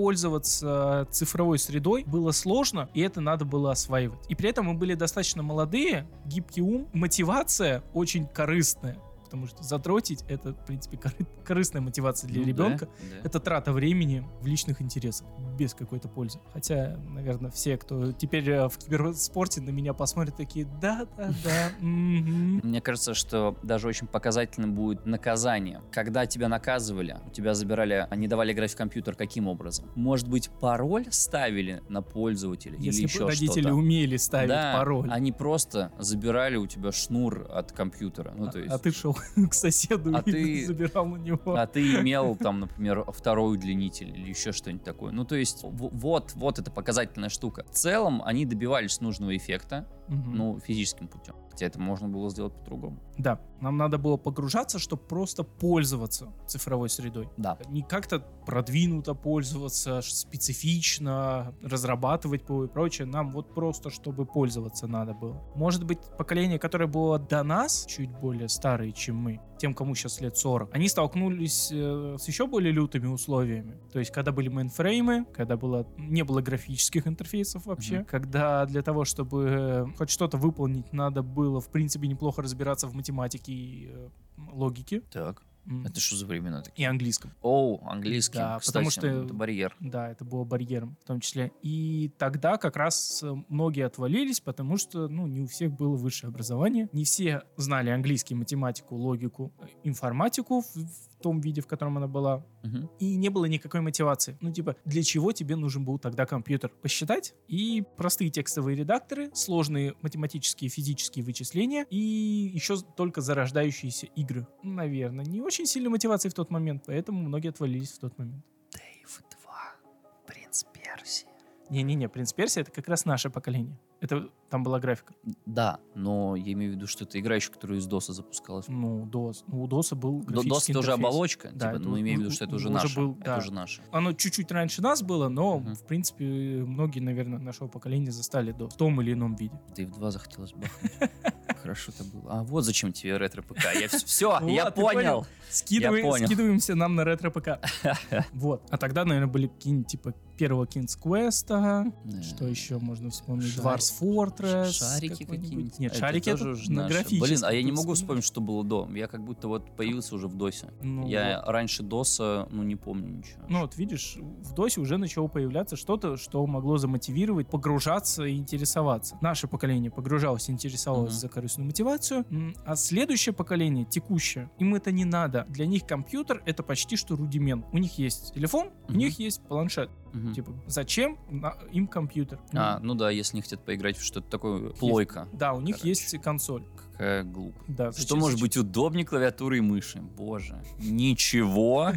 S2: пользоваться цифровой средой было сложно, и это надо было осваивать. И при этом мы были достаточно молодые, гибкий ум, мотивация очень корыстная. Потому что затротить это, в принципе, коры- корыстная мотивация для
S3: Ну да,
S2: ребенка.
S3: да.
S2: Это трата времени в личных интересах, без какой-то пользы. Хотя, наверное, все, кто теперь э, в киберспорте на меня посмотрят, такие «да-да-да, мгм».
S3: Мне кажется, что даже очень показательным будет наказание. Когда тебя наказывали, у тебя забирали, они давали играть в компьютер каким образом? Может быть, пароль ставили на пользователя
S2: Если
S3: или еще
S2: бы родители
S3: что-то?
S2: умели ставить
S3: Да,
S2: пароль,
S3: они просто забирали у тебя шнур от компьютера. Ну,
S2: а-
S3: то есть,
S2: а ты шел к соседу
S3: А
S2: и
S3: ты-
S2: забирал у него.
S3: а ты имел там, например, второй удлинитель или еще что-нибудь такое. Ну, то есть, в- вот, вот это показательная штука. В целом, они добивались нужного эффекта,
S2: Мгм.
S3: ну, физическим путем. Хотя это можно было сделать по-другому.
S2: Да, нам надо было погружаться, чтобы просто пользоваться цифровой средой.
S3: Да.
S2: не как-то продвинуто пользоваться, ш- специфично разрабатывать ПО и прочее. Нам вот просто, чтобы пользоваться надо было. Может быть, поколение, которое было до нас, чуть более старые, чем мы, тем, кому сейчас лет 40, они столкнулись э, с еще более лютыми условиями. То есть, когда были мейнфреймы, когда было, не было графических интерфейсов вообще,
S3: Мгм.
S2: когда для того, чтобы э, хоть что-то выполнить, надо было, в принципе, неплохо разбираться в математике и э, логике.
S3: Так,
S2: М.
S3: это что за времена такие?
S2: и английском.
S3: Оу, английский.
S2: Да,
S3: Кстати,
S2: потому что-
S3: это барьер.
S2: Да, это было барьером в том числе. И тогда как раз э, многие отвалились, потому что, ну, не у всех было высшее образование. Не все знали английский, математику, логику, э, информатику в, в том виде, в котором она была.
S3: Мгм.
S2: И не было никакой мотивации. Ну, типа, для чего тебе нужен был тогда компьютер? Посчитать? И простые текстовые редакторы, сложные математические и физические вычисления и еще только зарождающиеся игры. Наверное, не очень сильной мотивации в тот момент, поэтому многие отвалились в тот момент.
S3: Дэйв 2. Принц Персии.
S2: Не-не-не, «Принц Персия» — это как раз наше поколение. Это там была графика.
S3: Да, но я имею в виду, что это игра еще, которая из DOS запускалась.
S2: Ну, DOS. Ну, у DOS был
S3: До- DOS
S2: графический
S3: это уже
S2: интерфейс.
S3: оболочка,
S2: Да,
S3: типа,
S2: это
S3: ну
S2: у-
S3: имею в
S2: у-
S3: виду, что это
S2: у-
S3: уже
S2: уже
S3: наше.
S2: был,
S3: Это
S2: да.
S3: уже наше.
S2: Оно чуть-чуть раньше нас было, но,
S3: Мгм.
S2: в принципе, многие, наверное, нашего поколения застали DOS в том или ином виде.
S3: Да и в два захотелось бахнуть. Хорошо это было. А вот зачем тебе ретро-ПК. Я все,
S2: Вот,
S3: я
S2: ты понял.
S3: понял.
S2: Скидывай-
S3: Я понял.
S2: Скидываемся нам на ретро-ПК. Вот. А тогда, наверное, были какие-нибудь, типа, первого Кинс Квеста,
S3: Да.
S2: Что еще можно вспомнить?
S3: Э, Шар-
S2: Dwarfs
S3: Ш-
S2: Fortress.
S3: Шарики
S2: какой-нибудь.
S3: какие-нибудь.
S2: Нет,
S3: Это
S2: шарики
S3: тоже
S2: это
S3: уже
S2: на
S3: наше.
S2: графическом.
S3: Блин, а я не
S2: то
S3: могу
S2: есть,
S3: вспомнить, что было до. Я как будто вот появился уже в ДОСе.
S2: Ну,
S3: Я
S2: вот.
S3: раньше ДОСа, ну не помню ничего.
S2: Ну вот видишь, в DOS уже начало появляться что-то, что могло замотивировать, погружаться и интересоваться. Наше поколение погружалось, интересовалось
S3: Мгм.
S2: за корыстную мотивацию, М, а следующее поколение, текущее, им это не надо. Для них компьютер это почти что рудимент. У них есть телефон, у
S3: Мгм.
S2: них есть планшет.
S3: Мгм.
S2: Типа, зачем на- им компьютер?
S3: А,
S2: Ну,
S3: ну да, если не хотят поиграть в что-то такое, плойка.
S2: да, у них
S3: короче.
S2: есть консоль.
S3: Какая глупость.
S2: Да,
S3: Что
S2: зачем-
S3: может быть удобнее клавиатуры и мыши? Боже. Ничего.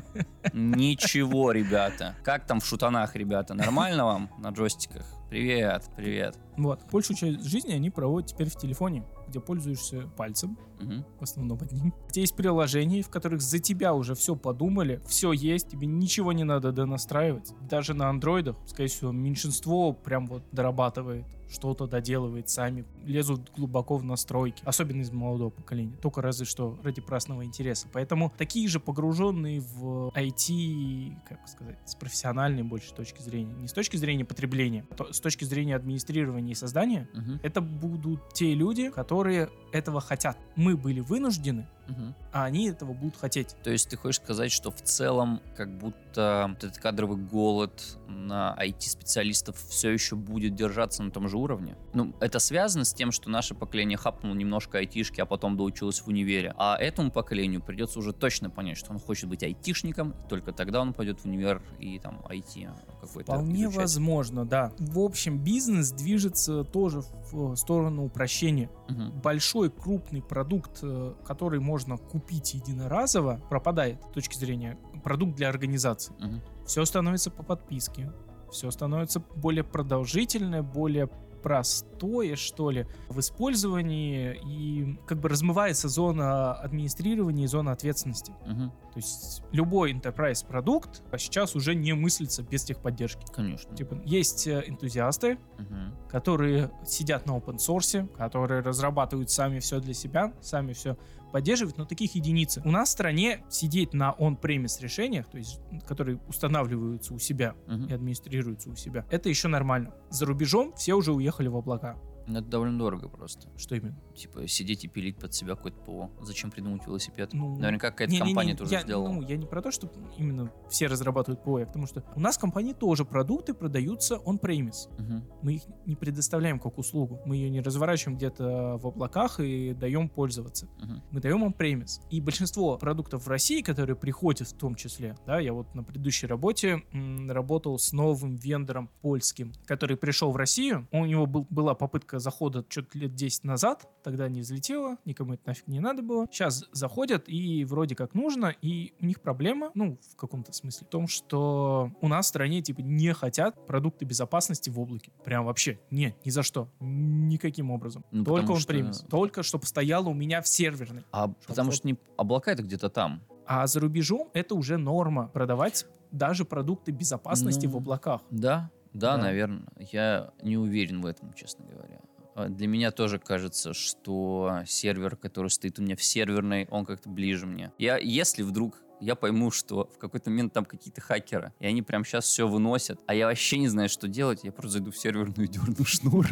S3: Ничего, ребята. Как там в шутанах, ребята? Нормально вам на джойстиках? Привет, привет.
S2: Вот. Большую часть жизни они проводят теперь в телефоне, где пользуешься пальцем,
S3: Мгм.
S2: в основном одним. Где есть приложения, в которых за тебя уже все подумали, все есть, тебе ничего не надо донастраивать. Даже на андроидах, скорее всего, меньшинство прям вот дорабатывает что-то доделывает сами, лезут глубоко в настройки, особенно из молодого поколения, только разве что ради праздного интереса. Поэтому такие же погруженные в IT, как сказать, с профессиональной больше точки зрения, не с точки зрения потребления, а то- с точки зрения администрирования и создания,
S3: Мгм.
S2: это будут те люди, которые этого хотят. Мы были вынуждены,
S3: Мгм.
S2: а они этого будут хотеть.
S3: То есть ты хочешь сказать, что в целом как будто вот этот кадровый голод на IT-специалистов все еще будет держаться на том же уровне? Ну, это связано с тем, что наше поколение хапнуло немножко айтишки, а потом доучилось в универе. А этому поколению придется уже точно понять, что он хочет быть айтишником, и только тогда он пойдет в универ и там IT какой-то
S2: Вполне
S3: изучать.
S2: возможно, да. В общем, бизнес движется тоже в э, сторону упрощения.
S3: Мгм.
S2: большой крупный продукт, э, который можно купить единоразово, пропадает с точки зрения продукт для организации.
S3: Мгм.
S2: Все становится по подписке, все становится более продолжительное, более простое, что ли, в использовании и как бы размывается зона администрирования и зона ответственности.
S3: Мгм.
S2: То есть любой enterprise продукт сейчас уже не мыслится без техподдержки.
S3: Конечно.
S2: Типа есть э, энтузиасты,
S3: Мгм.
S2: которые сидят на open source, которые разрабатывают сами все для себя, сами все поддерживают, но таких единицы. У нас в стране сидеть на on-premise решениях, то есть которые устанавливаются у себя
S3: Мгм.
S2: и администрируются у себя, это еще нормально. За рубежом все уже уехали в облака.
S3: Ну, Это довольно дорого просто.
S2: Что именно?
S3: Типа сидеть и пилить под себя какой-то ПО. Зачем придумать велосипед?
S2: Ну,
S3: Наверняка какая-то
S2: Не-не-не,
S3: компания тоже
S2: я,
S3: сделала.
S2: Ну, я не про то, что именно все разрабатывают ПО, а потому что у нас в компании тоже продукты продаются on-premise.
S3: Мгм.
S2: мы их не предоставляем как услугу. Мы ее не разворачиваем где-то в облаках и даем пользоваться.
S3: Мгм.
S2: Мы даем им премис. И большинство продуктов в России, которые приходят в том числе, да, я вот на предыдущей работе м, работал с новым вендором польским, который пришел в Россию. У него был- была попытка захода что-то лет 10 назад, тогда не взлетело, никому это нафиг не надо было. Сейчас заходят и вроде как нужно, и у них проблема, ну, в каком-то смысле, в том, что у нас в стране, типа, не хотят продукты безопасности в облаке. Прям вообще, нет, ни за что, никаким образом.
S3: Ну,
S2: Только
S3: потому
S2: он
S3: что-
S2: премис. Только, чтобы стояло у меня в серверной.
S3: А потому
S2: вот-
S3: что не облака это где-то там.
S2: А за рубежом это уже норма продавать даже продукты безопасности
S3: Ну.
S2: в облаках.
S3: Да, да,
S2: Да.
S3: наверное. Я не уверен в этом, честно говоря. А Для меня тоже кажется, что сервер, который стоит у меня в серверной, он как-то ближе мне. Я, если вдруг я пойму, что в какой-то момент там какие-то хакеры, и они прям сейчас все выносят, а я вообще не знаю, что делать, я просто зайду в серверную и дерну шнур.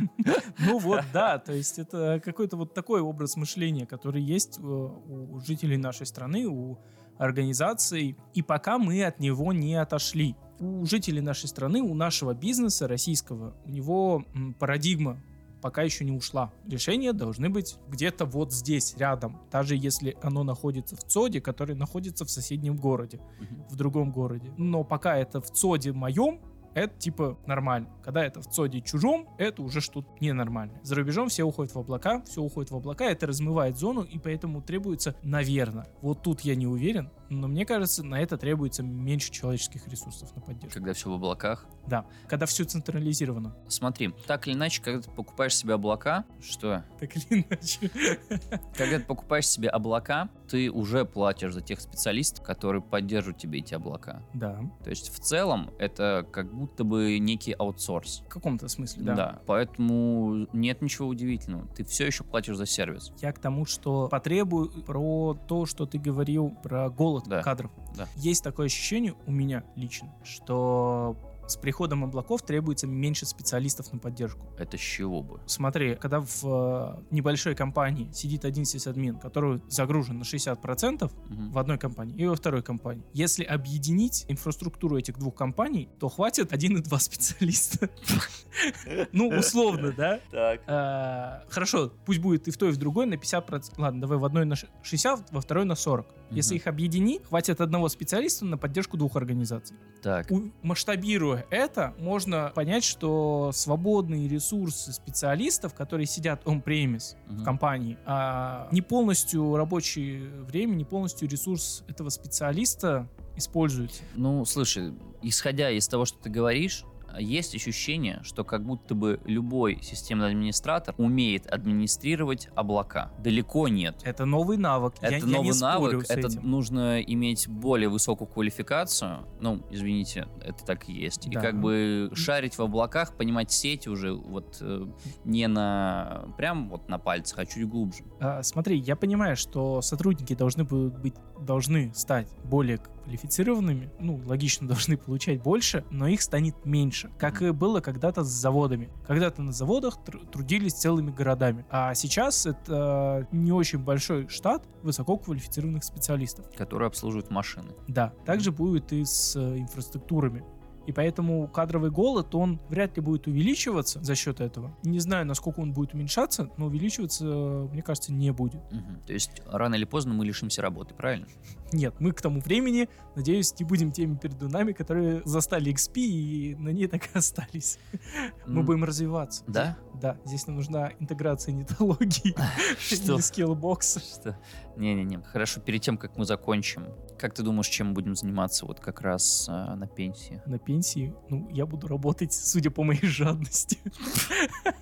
S2: Ну вот, да, то есть это какой-то вот такой образ мышления, который есть э, у жителей нашей страны, у организаций, и пока мы от него не отошли. У жителей нашей страны, у нашего бизнеса российского, у него м, парадигма пока еще не ушла. Решения должны быть где-то вот здесь, рядом, даже если оно находится в ЦОДе, который находится в соседнем городе.
S3: Мгм.
S2: в другом городе. Но пока это в ЦОДе моем, это типа нормально. Когда это в ЦОДе чужом, это уже что-то ненормально. За рубежом все уходят в облака, все уходит в облака, это размывает зону, и поэтому требуется, наверное, вот тут я не уверен, Но мне кажется, на это требуется меньше человеческих ресурсов на поддержку.
S3: Когда все в облаках.
S2: Да, когда все централизировано.
S3: Смотри, так или иначе, когда ты покупаешь себе облака, что?
S2: Так или иначе.
S3: Когда ты покупаешь себе облака, ты уже платишь за тех специалистов, которые поддерживают тебе эти облака.
S2: Да,
S3: То есть в целом это как будто бы некий аутсорс.
S2: в каком-то смысле,
S3: Да.
S2: да.
S3: Поэтому нет ничего удивительного. Ты все еще платишь за сервис.
S2: Я к тому, что потребую про то, что ты говорил про голод
S3: Да.
S2: кадров.
S3: Да.
S2: Есть такое ощущение у меня лично, что с приходом облаков требуется меньше специалистов на поддержку.
S3: Это с чего бы?
S2: Смотри, когда в э, небольшой компании сидит один сисадмин, который загружен на 60%,
S3: Мгм.
S2: в одной компании и во второй компании. Если объединить инфраструктуру этих двух компаний, то хватит один и два специалиста. Ну, условно, да? Так. Э, Хорошо, пусть будет и в той, и в другой на 50%. Ладно, давай в одной на ш- 60, во второй на 40. Если
S3: Мгм.
S2: их объединить, хватит одного специалиста на поддержку двух организаций.
S3: Так.
S2: У- Масштабируя это, можно понять, что свободные ресурсы специалистов, которые сидят он-премис, в
S3: Мгм.
S2: компании, а не полностью рабочее время, не полностью ресурс этого специалиста используется.
S3: Ну, слушай, исходя из того, что ты говоришь, есть ощущение, что как будто бы любой системный администратор умеет администрировать облака. Далеко нет.
S2: Это новый навык. Я-
S3: Это
S2: я не
S3: новый
S2: спорю
S3: навык,
S2: с
S3: это
S2: этим.
S3: нужно иметь более высокую квалификацию. Ну, извините, это так и есть. И
S2: Да.
S3: как бы шарить в облаках, понимать сеть уже вот э, не на прям вот на пальцах, а чуть глубже.
S2: А, смотри, я понимаю, что сотрудники должны будут быть, должны стать более квалифицированными, ну, логично, должны получать больше, но их станет меньше, как и было когда-то с заводами. Когда-то на заводах тру- трудились целыми городами, а сейчас это не очень большой штат высококвалифицированных специалистов.
S3: Которые обслуживают машины.
S2: Да, также будет и с э, инфраструктурами. И поэтому кадровый голод, он вряд ли будет увеличиваться за счет этого. Не знаю, насколько он будет уменьшаться, но увеличиваться, э, мне кажется, не будет.
S3: Мгм. То есть рано или поздно мы лишимся работы, правильно?
S2: Нет, мы к тому времени, надеюсь, не будем теми пердунами, которые застали XP и на ней так и остались. Мы
S3: М,
S2: будем развиваться.
S3: Да?
S2: Да, здесь нам нужна интеграция нетологии
S3: Что?
S2: и скиллбокса.
S3: Что? Не-не-не. Хорошо, перед тем, как мы закончим, как ты думаешь, чем будем заниматься вот как раз э, на пенсии?
S2: На пенсии, ну, я буду работать, судя по моей жадности.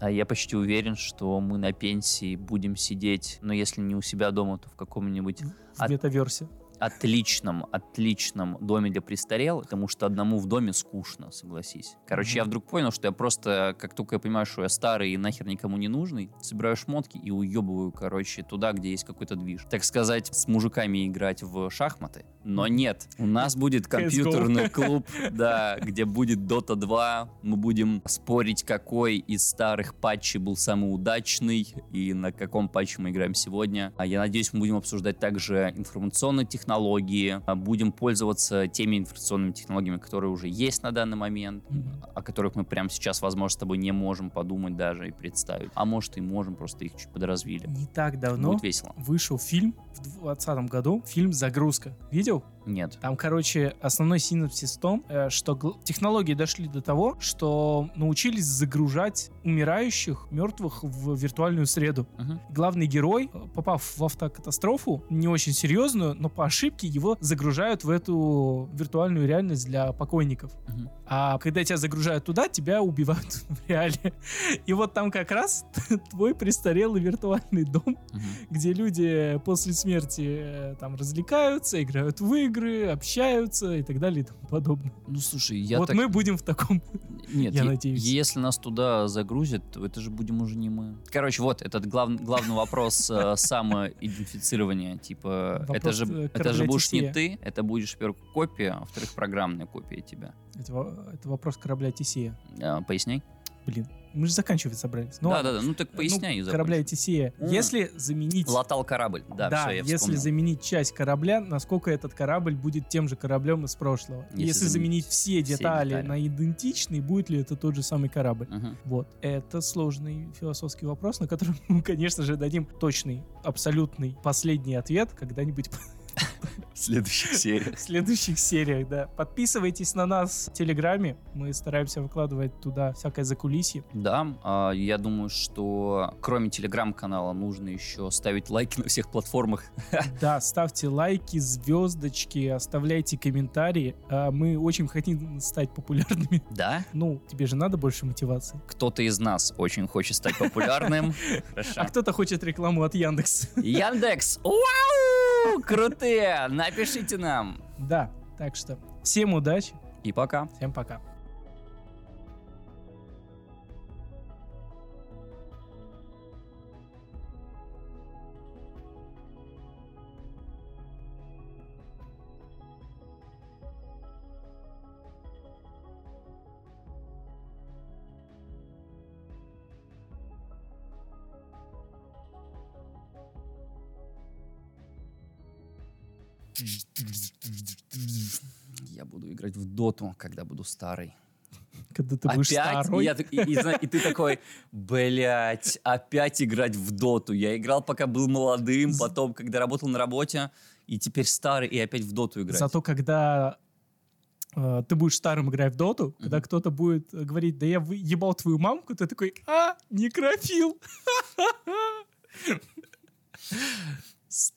S3: А я почти уверен, что мы на пенсии будем сидеть, но если не у себя дома, то в каком-нибудь
S2: В
S3: А-
S2: метаверсе.
S3: отличном, отличном доме для престарелых, потому что одному в доме скучно, согласись. Короче, я
S2: Мгм.
S3: вдруг понял, что я просто, как только я понимаю, что я старый и нахер никому не нужный, собираю шмотки и уебываю, короче, туда, где есть какой-то движ. Так сказать, с мужиками играть в шахматы. Но нет, у нас будет компьютерный клуб, да, где будет Dota 2. Мы будем спорить, какой из старых патчей был самый удачный и на каком патче мы играем сегодня. А Я надеюсь, мы будем обсуждать также информационные технологии, а будем пользоваться теми информационными технологиями, которые уже есть на данный момент
S2: Мгм.
S3: о которых мы прямо сейчас, возможно, с тобой не можем подумать даже и представить. А может и можем, просто их чуть подразвили.
S2: Не так давно
S3: Будет весело.
S2: вышел фильм в 2020 году, фильм «Загрузка». Видел?
S3: Нет.
S2: Там, короче, основной синапсис в том, э, что гл- технологии дошли до того, что научились загружать умирающих, мертвых в виртуальную среду.
S3: Мгм.
S2: Главный герой, э, попав в автокатастрофу, не очень серьезную, но по ошибке его загружают в эту виртуальную реальность для покойников.
S3: Мгм.
S2: А когда тебя загружают туда, тебя убивают в реале. И вот там как раз твой престарелый виртуальный дом
S3: Мгм.
S2: где люди э, после смерти э, там развлекаются, играют в игры, общаются и так далее и тому подобное.
S3: Ну, слушай, я
S2: вот
S3: так...
S2: мы будем в таком.
S3: Нет,
S2: я
S3: е-
S2: надеюсь.
S3: если нас туда загрузят, то это же будем уже не мы. Короче, вот этот глав- главный вопрос э, самоидентифицирования. Типа, это
S2: Вопрос, э,
S3: же, это же будешь не
S2: корпоративтия.
S3: ты, это будешь, во-первых, копия, а во-вторых, программная копия тебя.
S2: Это, во- это вопрос корабля Тесея.
S3: А, Поясняй.
S2: Блин, мы же заканчивать собрались. Ну, ладно.
S3: Да-да-да, ну так
S2: Ну,
S3: поясняй. и закончим.
S2: корабля Тесея.
S3: М.
S2: Если заменить...
S3: Латал корабль. Да,
S2: да,
S3: всё, я
S2: если
S3: вспомнил.
S2: заменить часть корабля, насколько этот корабль будет тем же кораблем из прошлого?
S3: Если
S2: Если, заменить,
S3: заменить
S2: все
S3: все
S2: детали,
S3: детали.
S2: на идентичный, будет ли это тот же самый корабль?
S3: Мгм.
S2: Вот. Это сложный философский вопрос, на который мы, конечно же, дадим точный, абсолютный последний ответ когда-нибудь
S3: в следующих сериях.
S2: в следующих сериях, да. Подписывайтесь на нас в Телеграме. Мы стараемся выкладывать туда всякое закулисье.
S3: Да, а, я думаю, что кроме телеграм-канала нужно еще ставить лайки на всех платформах.
S2: Да, ставьте лайки, звездочки, оставляйте комментарии. А Мы очень хотим стать популярными.
S3: Да,
S2: Ну, тебе же надо больше мотивации.
S3: кто-то из нас очень хочет стать популярным. Хорошо.
S2: А кто-то хочет рекламу от Яндекс.
S3: Яндекс, вау, крутые, напишите нам.
S2: Да, так что всем удачи,
S3: И пока.
S2: всем пока.
S3: Я буду играть в доту, когда буду старый.
S2: Когда ты будешь
S3: опять?
S2: старой.
S3: Я так- и, и зна- и ты такой, блять, опять играть в доту. Я играл, пока был молодым, потом, когда работал на работе, и теперь старый, и опять в доту играть.
S2: Зато когда э, ты будешь старым играть в доту, когда кто-то будет э, говорить, да я вы- ебал твою мамку, ты такой, а, некрофил.
S3: Стоп.